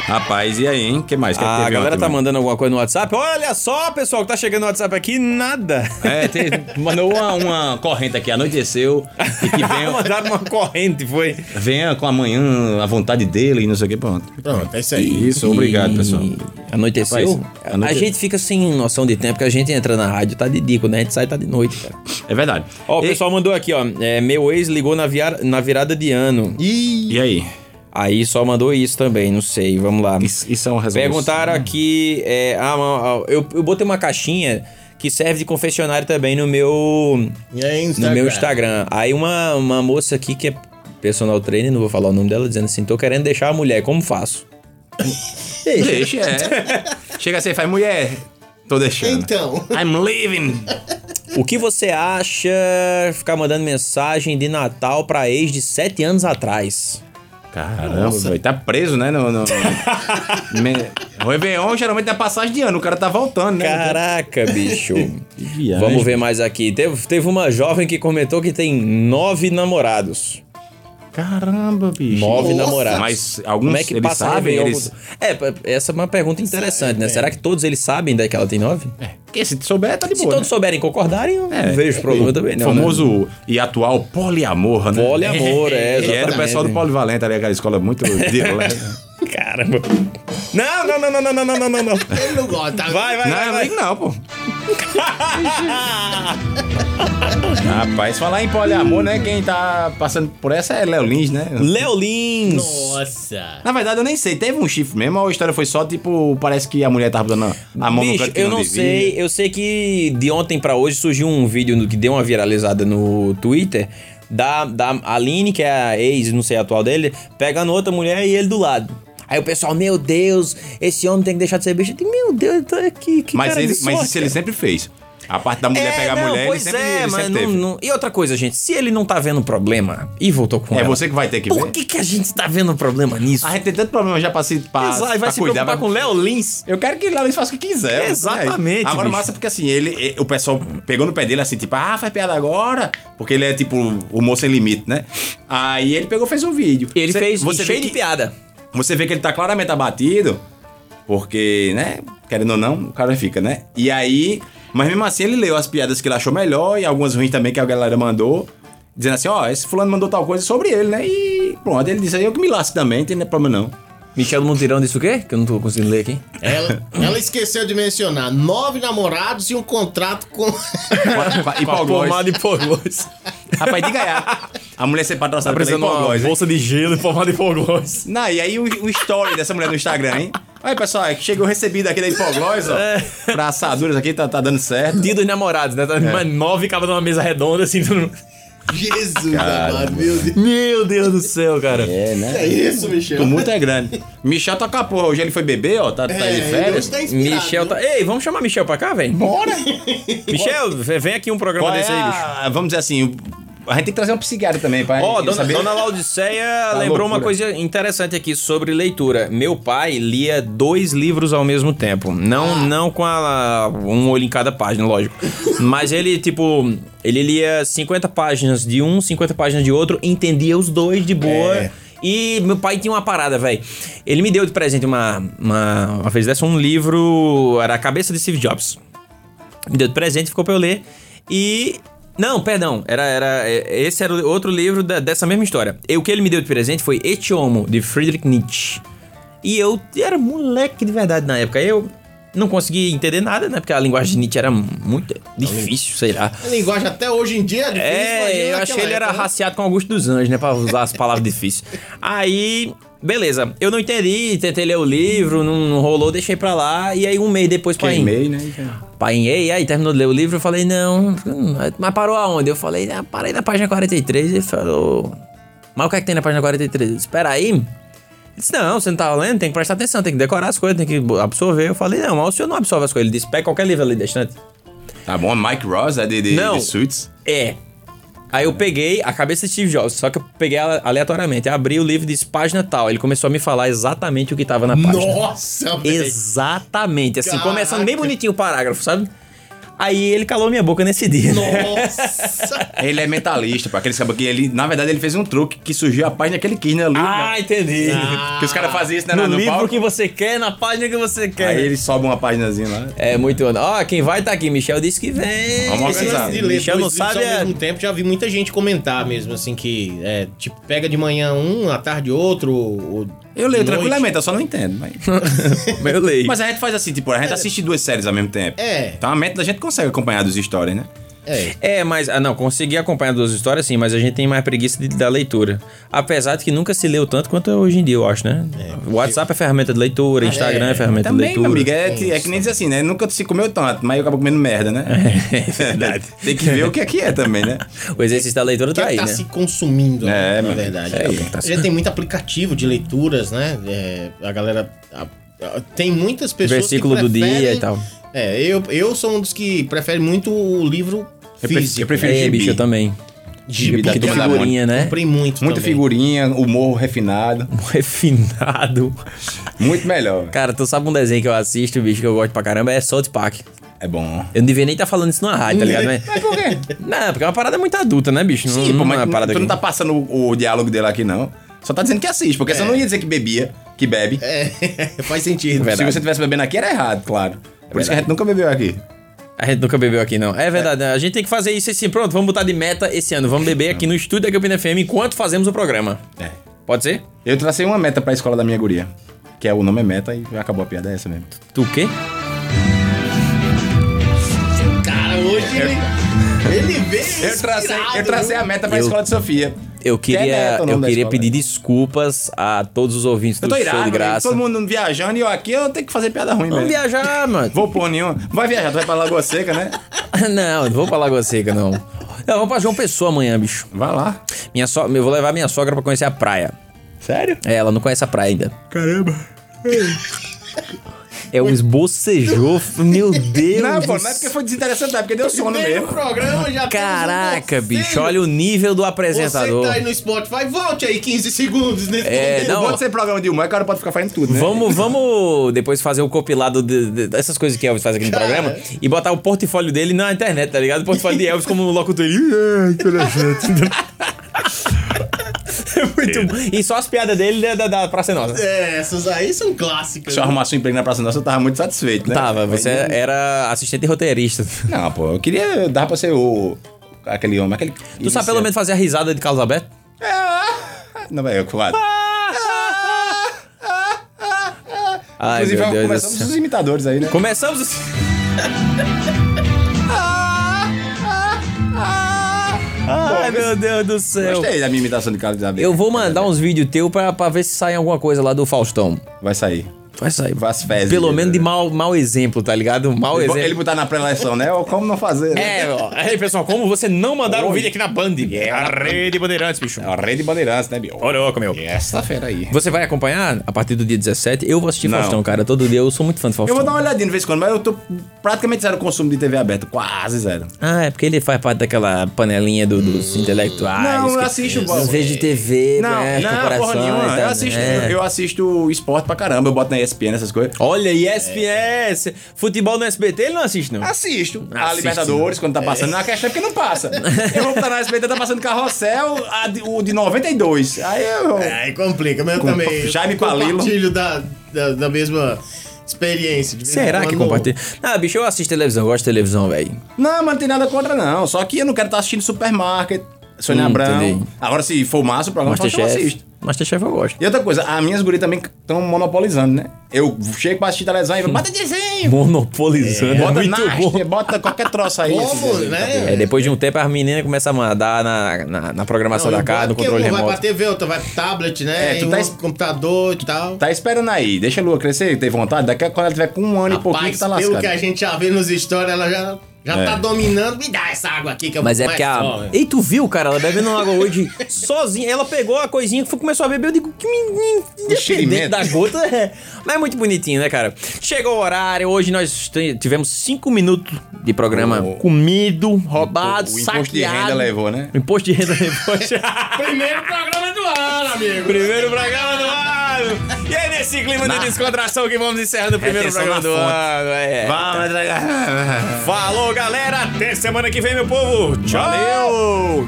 D: Rapaz, e aí, hein? O que mais? Que
C: Ah, a
D: teve
C: galera
D: ontem,
C: tá
D: mano?
C: mandando alguma coisa no WhatsApp. Olha só, pessoal, que tá chegando no WhatsApp aqui, nada.
D: É, tem- mandou uma, uma corrente aqui, anoiteceu, e que um- venha,
C: Mandaram uma corrente, foi.
D: venha com amanhã a vontade dele e não sei o que, pronto.
G: Pronto, é isso aí.
D: Isso, obrigado, pessoal.
C: Anoiteceu?
D: Rapaz,
C: a
D: anoite-
C: gente fica sem noção de tempo, que a gente entra na rádio, tá de dia, quando a gente sai, tá de noite, cara.
D: É verdade.
C: Ó, o
D: E-
C: pessoal mandou aqui, ó. é, meu ex ligou na, via- na virada de ano.
D: E aí?
C: Aí só mandou isso também, não sei, vamos lá.
D: Isso, isso é uma resolução.
C: Perguntaram aqui. é, ah, ah, eu, eu botei uma caixinha que serve de confessionário também no meu.
G: E aí,
C: no meu Instagram. Aí uma, uma moça aqui que é personal trainer, não vou falar o nome dela, dizendo assim: tô querendo deixar a mulher, como faço?
D: Deixa, é. Chega assim, faz mulher. Tô deixando.
G: Então,
D: I'm leaving.
C: O que você acha ficar mandando mensagem de Natal pra ex de 7 anos atrás?
D: Caramba, velho. Tá preso, né? No, no... Me- O Réveillon geralmente é passagem de ano. O cara tá voltando, né?
C: Caraca, bicho.
D: Que viagem.
C: Vamos ver mais aqui. Teve, teve uma jovem que comentou que tem nove namorados.
D: Caramba, bicho.
C: Nove
G: Nossa.
C: namorados.
D: Mas alguns
C: Como é que
D: eles
C: passa
D: sabem,
C: Réveillon?
D: eles-
C: É, p- essa é uma pergunta interessante, né? Será que todos eles sabem daí que ela tem nove?
D: Porque se souber, tá É, de
C: Se
D: boa.
C: todos
D: né?
C: souberem e concordarem, eu
D: É,
C: não vejo problema também, não. né?
D: famoso e atual poliamor, né?
C: Poliamor, é,
D: Que era o pessoal
C: exatamente.
D: do Polivalente ali, aquela escola muito...
C: Caramba. Não, não, não, não, não, não, não, não, não.
G: ele não gosta. tá?
C: Vai, vai,
D: não,
C: vai,
D: eu
C: vai.
D: ligo não, pô. Rapaz, falar em poliamor, né? Quem tá passando por essa é Léo Lins, né?
C: Léo Lins.
G: Nossa.
D: Na verdade, eu nem sei. Teve um chifre mesmo ou a história foi só, tipo, parece que a mulher tava dando a mão no
C: Bicho,
D: canto que
C: eu não
D: devia.
C: sei. Eu sei que de ontem pra hoje surgiu um vídeo no- que deu uma viralizada no Twitter da, da Aline, que é a ex, não sei, atual dele, pegando outra mulher e ele do lado. Aí o pessoal, meu Deus, esse homem tem que deixar de ser bicho. Eu digo, Meu Deus, tá- que, que
D: Mas,
C: cara
D: ele,
C: de
D: mas
C: sorte,
D: isso ele sempre fez. A parte da mulher pegar a
C: não,
D: mulher, ele
C: pois
D: sempre,
C: é,
D: ele
C: mas
D: sempre teve.
C: não, não- E outra coisa, gente, se ele não tá vendo problema e voltou com
D: É
C: ela,
D: você que vai ter que
C: Por
D: ver.
C: que, que a gente tá vendo problema nisso?
D: A gente tá tem tanto problema já pra se pra,
C: Exato, e vai
D: pra
C: se
D: cuidar,
C: preocupar
D: mas-
C: com o Léo Lins.
D: Eu quero que ele faça o que quiser. né?
C: Exatamente,
D: Agora,
C: bicho.
D: massa, porque assim, ele, e- o pessoal pegou no pé dele assim, tipo, ah, faz piada agora. Porque ele é tipo o moço sem limite, né? Aí ele pegou e fez um vídeo.
C: Ele
D: Cê-
C: fez
D: você
C: cheio
D: vê
C: de
D: que-
C: piada.
D: Você vê que ele tá claramente abatido, porque, né? Querendo ou não, o cara fica, né? E aí. Mas mesmo assim, ele leu as piadas que ele achou melhor e algumas ruins também que a galera mandou. Dizendo assim, ó, esse fulano mandou tal coisa sobre ele, né? E pronto, ele disse aí, eu que me lasco também, não tem problema não.
C: Michel Monteirão disse o quê? Que eu não tô conseguindo ler aqui.
G: Ela, ela esqueceu de mencionar nove namorados e um contrato com.
D: E pau
C: Pomada e polgões.
D: Rapaz, diga aí. A mulher ser patrocinada pela Hipoglós, hein?
C: de gelo e pomada e polgões.
D: Não, e aí o, o story dessa mulher no Instagram, hein? Aí, pessoal, é que chegou recebido aqui da Hipoglós, ó.
G: É.
D: Pra assaduras aqui, tá, tá dando certo.
C: Dia dos namorados, né? Tá Mas nove cabas numa mesa redonda, assim. todo mundo-
G: Jesus, amado, meu Deus.
C: Meu Deus do céu, cara.
D: É, né?
G: É isso, Michel.
D: O mundo é grande. Michel toca a porra. Hoje ele foi beber, ó. Tá, tá
G: É,
D: de
G: ele
D: férias.
G: hoje tá inspirado,
C: Michel tá... Ei, vamos chamar Michel pra cá, velho? Bora! Michel, v- vem aqui um programa
D: Qual é
C: desse aí, bicho.
D: a- Vamos dizer assim, o- a gente tem que trazer um psiquiatra também, pra
C: Ó,
D: gente
C: dona,
D: saber. Tá
C: dona Laudiceia lembrou uma
D: loucura.
C: coisa interessante aqui sobre leitura. Meu pai lia dois livros ao mesmo tempo. Não,
D: Ah.
C: não com a- um olho em cada página, lógico. Mas ele, tipo, ele lia 50 páginas de um, 50 páginas de outro, entendia os dois de boa.
D: É.
C: E meu pai tinha uma parada, velho. Ele me deu de presente uma, uma, uma vez dessa um livro, era A Cabeça de Steve Jobs. me deu de presente, ficou pra eu ler. E. Não, perdão, era, era é, esse era o outro livro da- dessa mesma história. E o que ele me deu de presente foi Este Homo, de Friedrich Nietzsche. E eu era moleque de verdade na época. Eu não conseguia entender nada, né? Porque a linguagem de Nietzsche era muito difícil, sei lá.
G: A linguagem até hoje em dia é difícil. imagina
C: É, eu
G: naquela
C: achei ele era
G: época, né?
C: raciado com Augusto dos Anjos, né? Pra usar as palavras difíceis. Aí, beleza. Eu não entendi, tentei ler o livro, não, não rolou, deixei pra lá. E aí, um mês depois, pai.
K: Queimei, né?
C: Painhei, aí terminou de ler o livro, eu falei, não, hum, mas parou aonde? Eu falei, ah, parei na página 43, ele falou, mas o que é que tem na página 43? Eu disse, espera aí, ele disse, não, você não tá lendo, tem que prestar atenção, tem que decorar as coisas, tem que bo- absorver. Eu falei, não, mas o senhor não absorve as coisas. Ele disse, pega qualquer livro ali da estante.
D: Tá bom, Mike Ross é de, de,
C: Não.
D: de Suits.
C: É. Aí eu peguei a cabeça de Steve Jobs, só que eu peguei ela aleatoriamente. Eu abri o livro e disse página tal. Ele começou a me falar exatamente o que tava na página.
G: Nossa, velho.
C: Exatamente. Assim,
G: Caraca.
C: começando bem bonitinho o parágrafo, sabe? Aí ele calou minha boca nesse dia. né?
G: Nossa.
D: Ele é mentalista, pô. Aqueles cabos que ele, na verdade, ele fez um truque que surgiu a página que ele quis, né? Lu?
C: Ah, entendi.
D: Que os caras faziam isso, né?
C: no,
D: No,
C: livro
D: palco.
C: que é. você quer, na página que você quer.
D: Aí ele sobe uma páginazinha lá.
C: É muito. Ó, quem vai tá aqui. Michel disse que vem.
D: Vamos
G: Esse
D: organizar.
G: lance de ler
C: Michel não
G: dois livros
C: sabe.
G: ao
C: É...
G: mesmo tempo, já vi muita gente comentar mesmo, assim, que é, tipo, pega de manhã um, à tarde outro. ou-
D: Eu leio
G: de noite.
D: tranquilamente, eu só não entendo. Mas...
C: Eu leio.
D: mas a gente faz assim, tipo, a gente assiste duas séries ao mesmo tempo.
G: É.
D: Então a mente da gente consegue acompanhar dos histórias, né?
G: É.
C: É, mas. Ah, não, consegui acompanhar duas histórias sim, mas a gente tem mais preguiça de- da leitura. Apesar de que nunca se leu tanto quanto hoje em dia, eu acho, né? O WhatsApp é ferramenta de leitura, Instagram é, ferramenta de
D: Também,
C: leitura.
D: meu amigo, é, que- é que nem diz assim, né? Nunca se comeu tanto, mas eu acabo comendo merda, né? É, verdade. Tem que ver o que é que é também, né?
C: O exercício da leitura
G: Que
C: tá aí,
G: tá
C: né?
G: se consumindo, né,
D: É,
G: na
D: mano.
G: verdade.
D: É,
G: É,
D: tá
G: Já tem muito aplicativo de leituras, né? É, a galera. a- a- tem muitas pessoas.
C: Versículo
G: que
C: do dia
G: preferem-
C: e tal.
G: É, eu, eu sou um dos que prefere muito o livro físico. né,
D: eu prefiro
C: É,
D: gibi.
C: bicho, eu também.
G: Gibi
C: Gibi
G: da
C: de
G: turma da
C: figurinha, né?
G: Comprei muito.
D: Muita
G: também.
D: figurinha, humor refinado.
C: Refinado.
D: Muito melhor.
C: Cara, tu sabe um desenho que eu assisto, bicho, que eu gosto pra caramba? É South Park.
D: É bom.
C: Eu não devia nem estar falando isso numa rádio, tá ligado? Mas,
D: Mas por quê?
C: não, porque é uma parada muito adulta, né, bicho? Não,
D: Sim, pô,
C: não é
D: mas
C: uma parada
D: tu não
C: que-
D: tá passando o, o diálogo dele aqui, não. Só tá dizendo que assiste, porque você não ia dizer que bebia, que bebe.
G: É, faz sentido.
D: Se você tivesse bebendo aqui, era errado, claro. Por isso que a gente nunca bebeu aqui.
C: A gente nunca bebeu aqui, não. É verdade, né? a gente tem que fazer isso assim. Pronto, vamos botar de meta esse ano. Vamos beber aqui no estúdio da Campina FM enquanto fazemos o programa.
D: É.
C: Pode ser?
D: Eu tracei uma meta pra escola da minha guria. Que é o nome é meta e acabou a piada, é essa mesmo.
C: Tu o quê?
G: Cara, hoje ele, ele veio.
D: Eu tracei, eu
G: inspirado,
D: tracei
G: viu?
D: a meta pra
C: Eu-
D: escola de Sofia.
C: Eu
D: Que é
C: queria,
D: meta o nome
C: eu
D: da
C: queria
D: escola,
C: pedir
D: né?
C: desculpas a todos os ouvintes
D: Eu
C: do
D: tô
C: Show
D: irado,
C: de
D: né?
C: Graça.
D: todo mundo viajando e eu aqui, eu tenho que fazer piada ruim
C: Vamos
D: mesmo.
C: viajar, mano.
D: Vou pôr nenhum. Vai viajar, tu vai pra Lagoa Seca, né?
C: não, não vou pra Lagoa Seca, não. Não, vou pra João Pessoa amanhã, bicho.
D: Vai lá.
C: Minha so... Eu vou levar minha sogra pra conhecer a praia.
D: Sério?
C: É, ela não conhece a praia ainda. Caramba. É um esbocejou. Meu Deus.
D: Não,
C: do
D: pô, não é porque foi desinteressante, é porque deu sono
G: Primeiro
D: mesmo.
G: programa
D: é
G: já temos um
C: Caraca,
G: conselho.
C: bicho, olha o nível do
G: Você que
C: apresentador.
G: tá aí no Spotify, volte aí 15 segundos né? nesse
C: É,
G: momento.
C: não.
D: Pode ser programa de humor, o cara pode ficar fazendo tudo, né?
C: Vamos, vamos depois fazer o compilado de- de- dessas coisas que Elvis faz aqui no
G: Cara.
C: programa e botar o portfólio dele na internet, tá ligado? O portfólio de Elvis como locutor. Ele, "Ah, interessante." É muito bom. E só as piadas dele da, da, da Praça é Nossa.
G: É, essas aí são clássicas.
D: Se eu arrumasse um emprego na Praça Nossa, eu tava muito satisfeito, né?
C: Tava, você é- era assistente roteirista.
D: Não, pô, eu queria dar pra ser o. Aquele homem, aquele.
C: Tu sabe pelo menos fazer a risada de Carlos Alberto?
D: Não, é, claro.
C: Ai,
D: Inclusive,
C: meu Deus do
D: começamos
C: céu.
D: os imitadores aí, né?
C: Começamos. os- Ai, meu Deus do céu.
D: Gostei da minha imitação de Carlos Isabel.
C: Eu vou mandar uns vídeos teu pra, pra ver se sai alguma coisa lá do Faustão.
D: Vai sair.
C: Vai sair.
D: Vai às fezes.
C: Pelo
D: Ele-
C: menos de mau, mau exemplo, tá ligado? Mau
D: Ele, bo-
C: exemplo.
D: ele botar na pré-eleição, né? Ou Como não fazer? né?
C: É, ó. Aí, pessoal, como você não mandar um vídeo aqui na Band? É a Rede Bandeirantes, bicho.
D: É uma rede bandeirantes, né, Bill?
C: Ô, louco, meu.
D: Essa fera aí.
C: Você vai acompanhar a partir do dia 17? Eu vou assistir
D: Não.
C: Faustão, cara. Todo dia eu sou muito fã de
D: Eu
C: Faustão.
D: vou dar uma olhadinha de vez em quando, mas eu tô praticamente zero consumo de TV aberta. Quase zero.
C: Ah, é porque ele faz parte daquela panelinha do- dos intelectuais.
D: Não, eu
C: que-
D: assisto,
C: Às
D: Paulo.
C: vezes de TV,
D: Não,
C: né?
D: não,
C: comparações,
D: porra nenhuma.
C: né?
D: Eu assisto,
C: É.
D: eu assisto esporte pra caramba, eu boto na ESPN, essas coisas.
C: Olha, ESPN, futebol no SBT, ele não assiste, não.
D: Assisto. A
C: Assiste,
D: Libertadores, quando tá passando. Na questão é porque não passa. Eu vou botar na SBT, tá passando carrossel, a de- o de 92. Aí eu.
G: Aí complica, mas eu
D: Com-
G: também.
D: Jaime
G: compartilho da, da, da mesma experiência. de vez em
C: Será que
G: quando-
C: compartilha? Ah, bicho, eu assisto televisão, eu gosto de televisão, velho.
D: Não, mas não tem nada contra, não. Só que eu não quero estar assistindo Supermarket, Sônia
C: Hum,
D: Abrão.
C: entendi.
D: Agora, se for massa o programa, eu assisto.
C: Masterchef. Masterchef eu gosto.
D: E outra coisa, as minhas gurias também estão monopolizando, né? Eu chego pra assistir televisão e falo, bota desenho!
C: Monopolizando.
D: bota Nasty, bota qualquer troço aí.
G: Como,
D: esses aí,
G: né?
C: É, depois de um tempo as meninas começam a mandar na, na, na programação da casa, no
G: porque
C: controle
G: um vai
C: remoto.
G: pra TV, outro vai pro tablet, né?
D: É,
G: É,
D: tu
G: tu
D: tá es-
G: computador e tal.
D: Tá esperando aí, deixa a Lua crescer, ter vontade. Daqui a quando ela tiver com um ano e pouquinho que
G: Rapaz,
D: tá
G: pelo
D: lascado.
G: que a gente já vê nos stories, ela já, já tá dominando. Me dá essa água aqui que eu
C: É. Mas
G: vou
C: é porque a.
G: começar,
C: Ei, tu viu, cara? Ela bebendo água hoje sozinha. Ela pegou a coisinha que foi- começou a beber. Eu digo, que
D: Um
C: menino. Independente
D: xerimento.
C: da gota. É. Mas é muito bonitinho, né, cara? Chegou o horário. Hoje nós te- tivemos cinco minutos de programa
D: O-
C: comido, roubado,
D: o
C: saqueado.
D: imposto de renda levou, né?
C: O imposto de renda levou.
G: Primeiro programa do ano, amigo.
C: Primeiro programa do ano! E é nesse clima de descontração que vamos encerrando o primeiro
D: Atenção
C: programa
D: na
C: do
D: fonte.
C: ano. É.
D: Vamos entregar.
C: Falou, galera! Até semana que vem, meu povo! Tchau!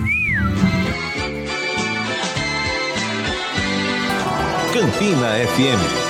A: Campina FM.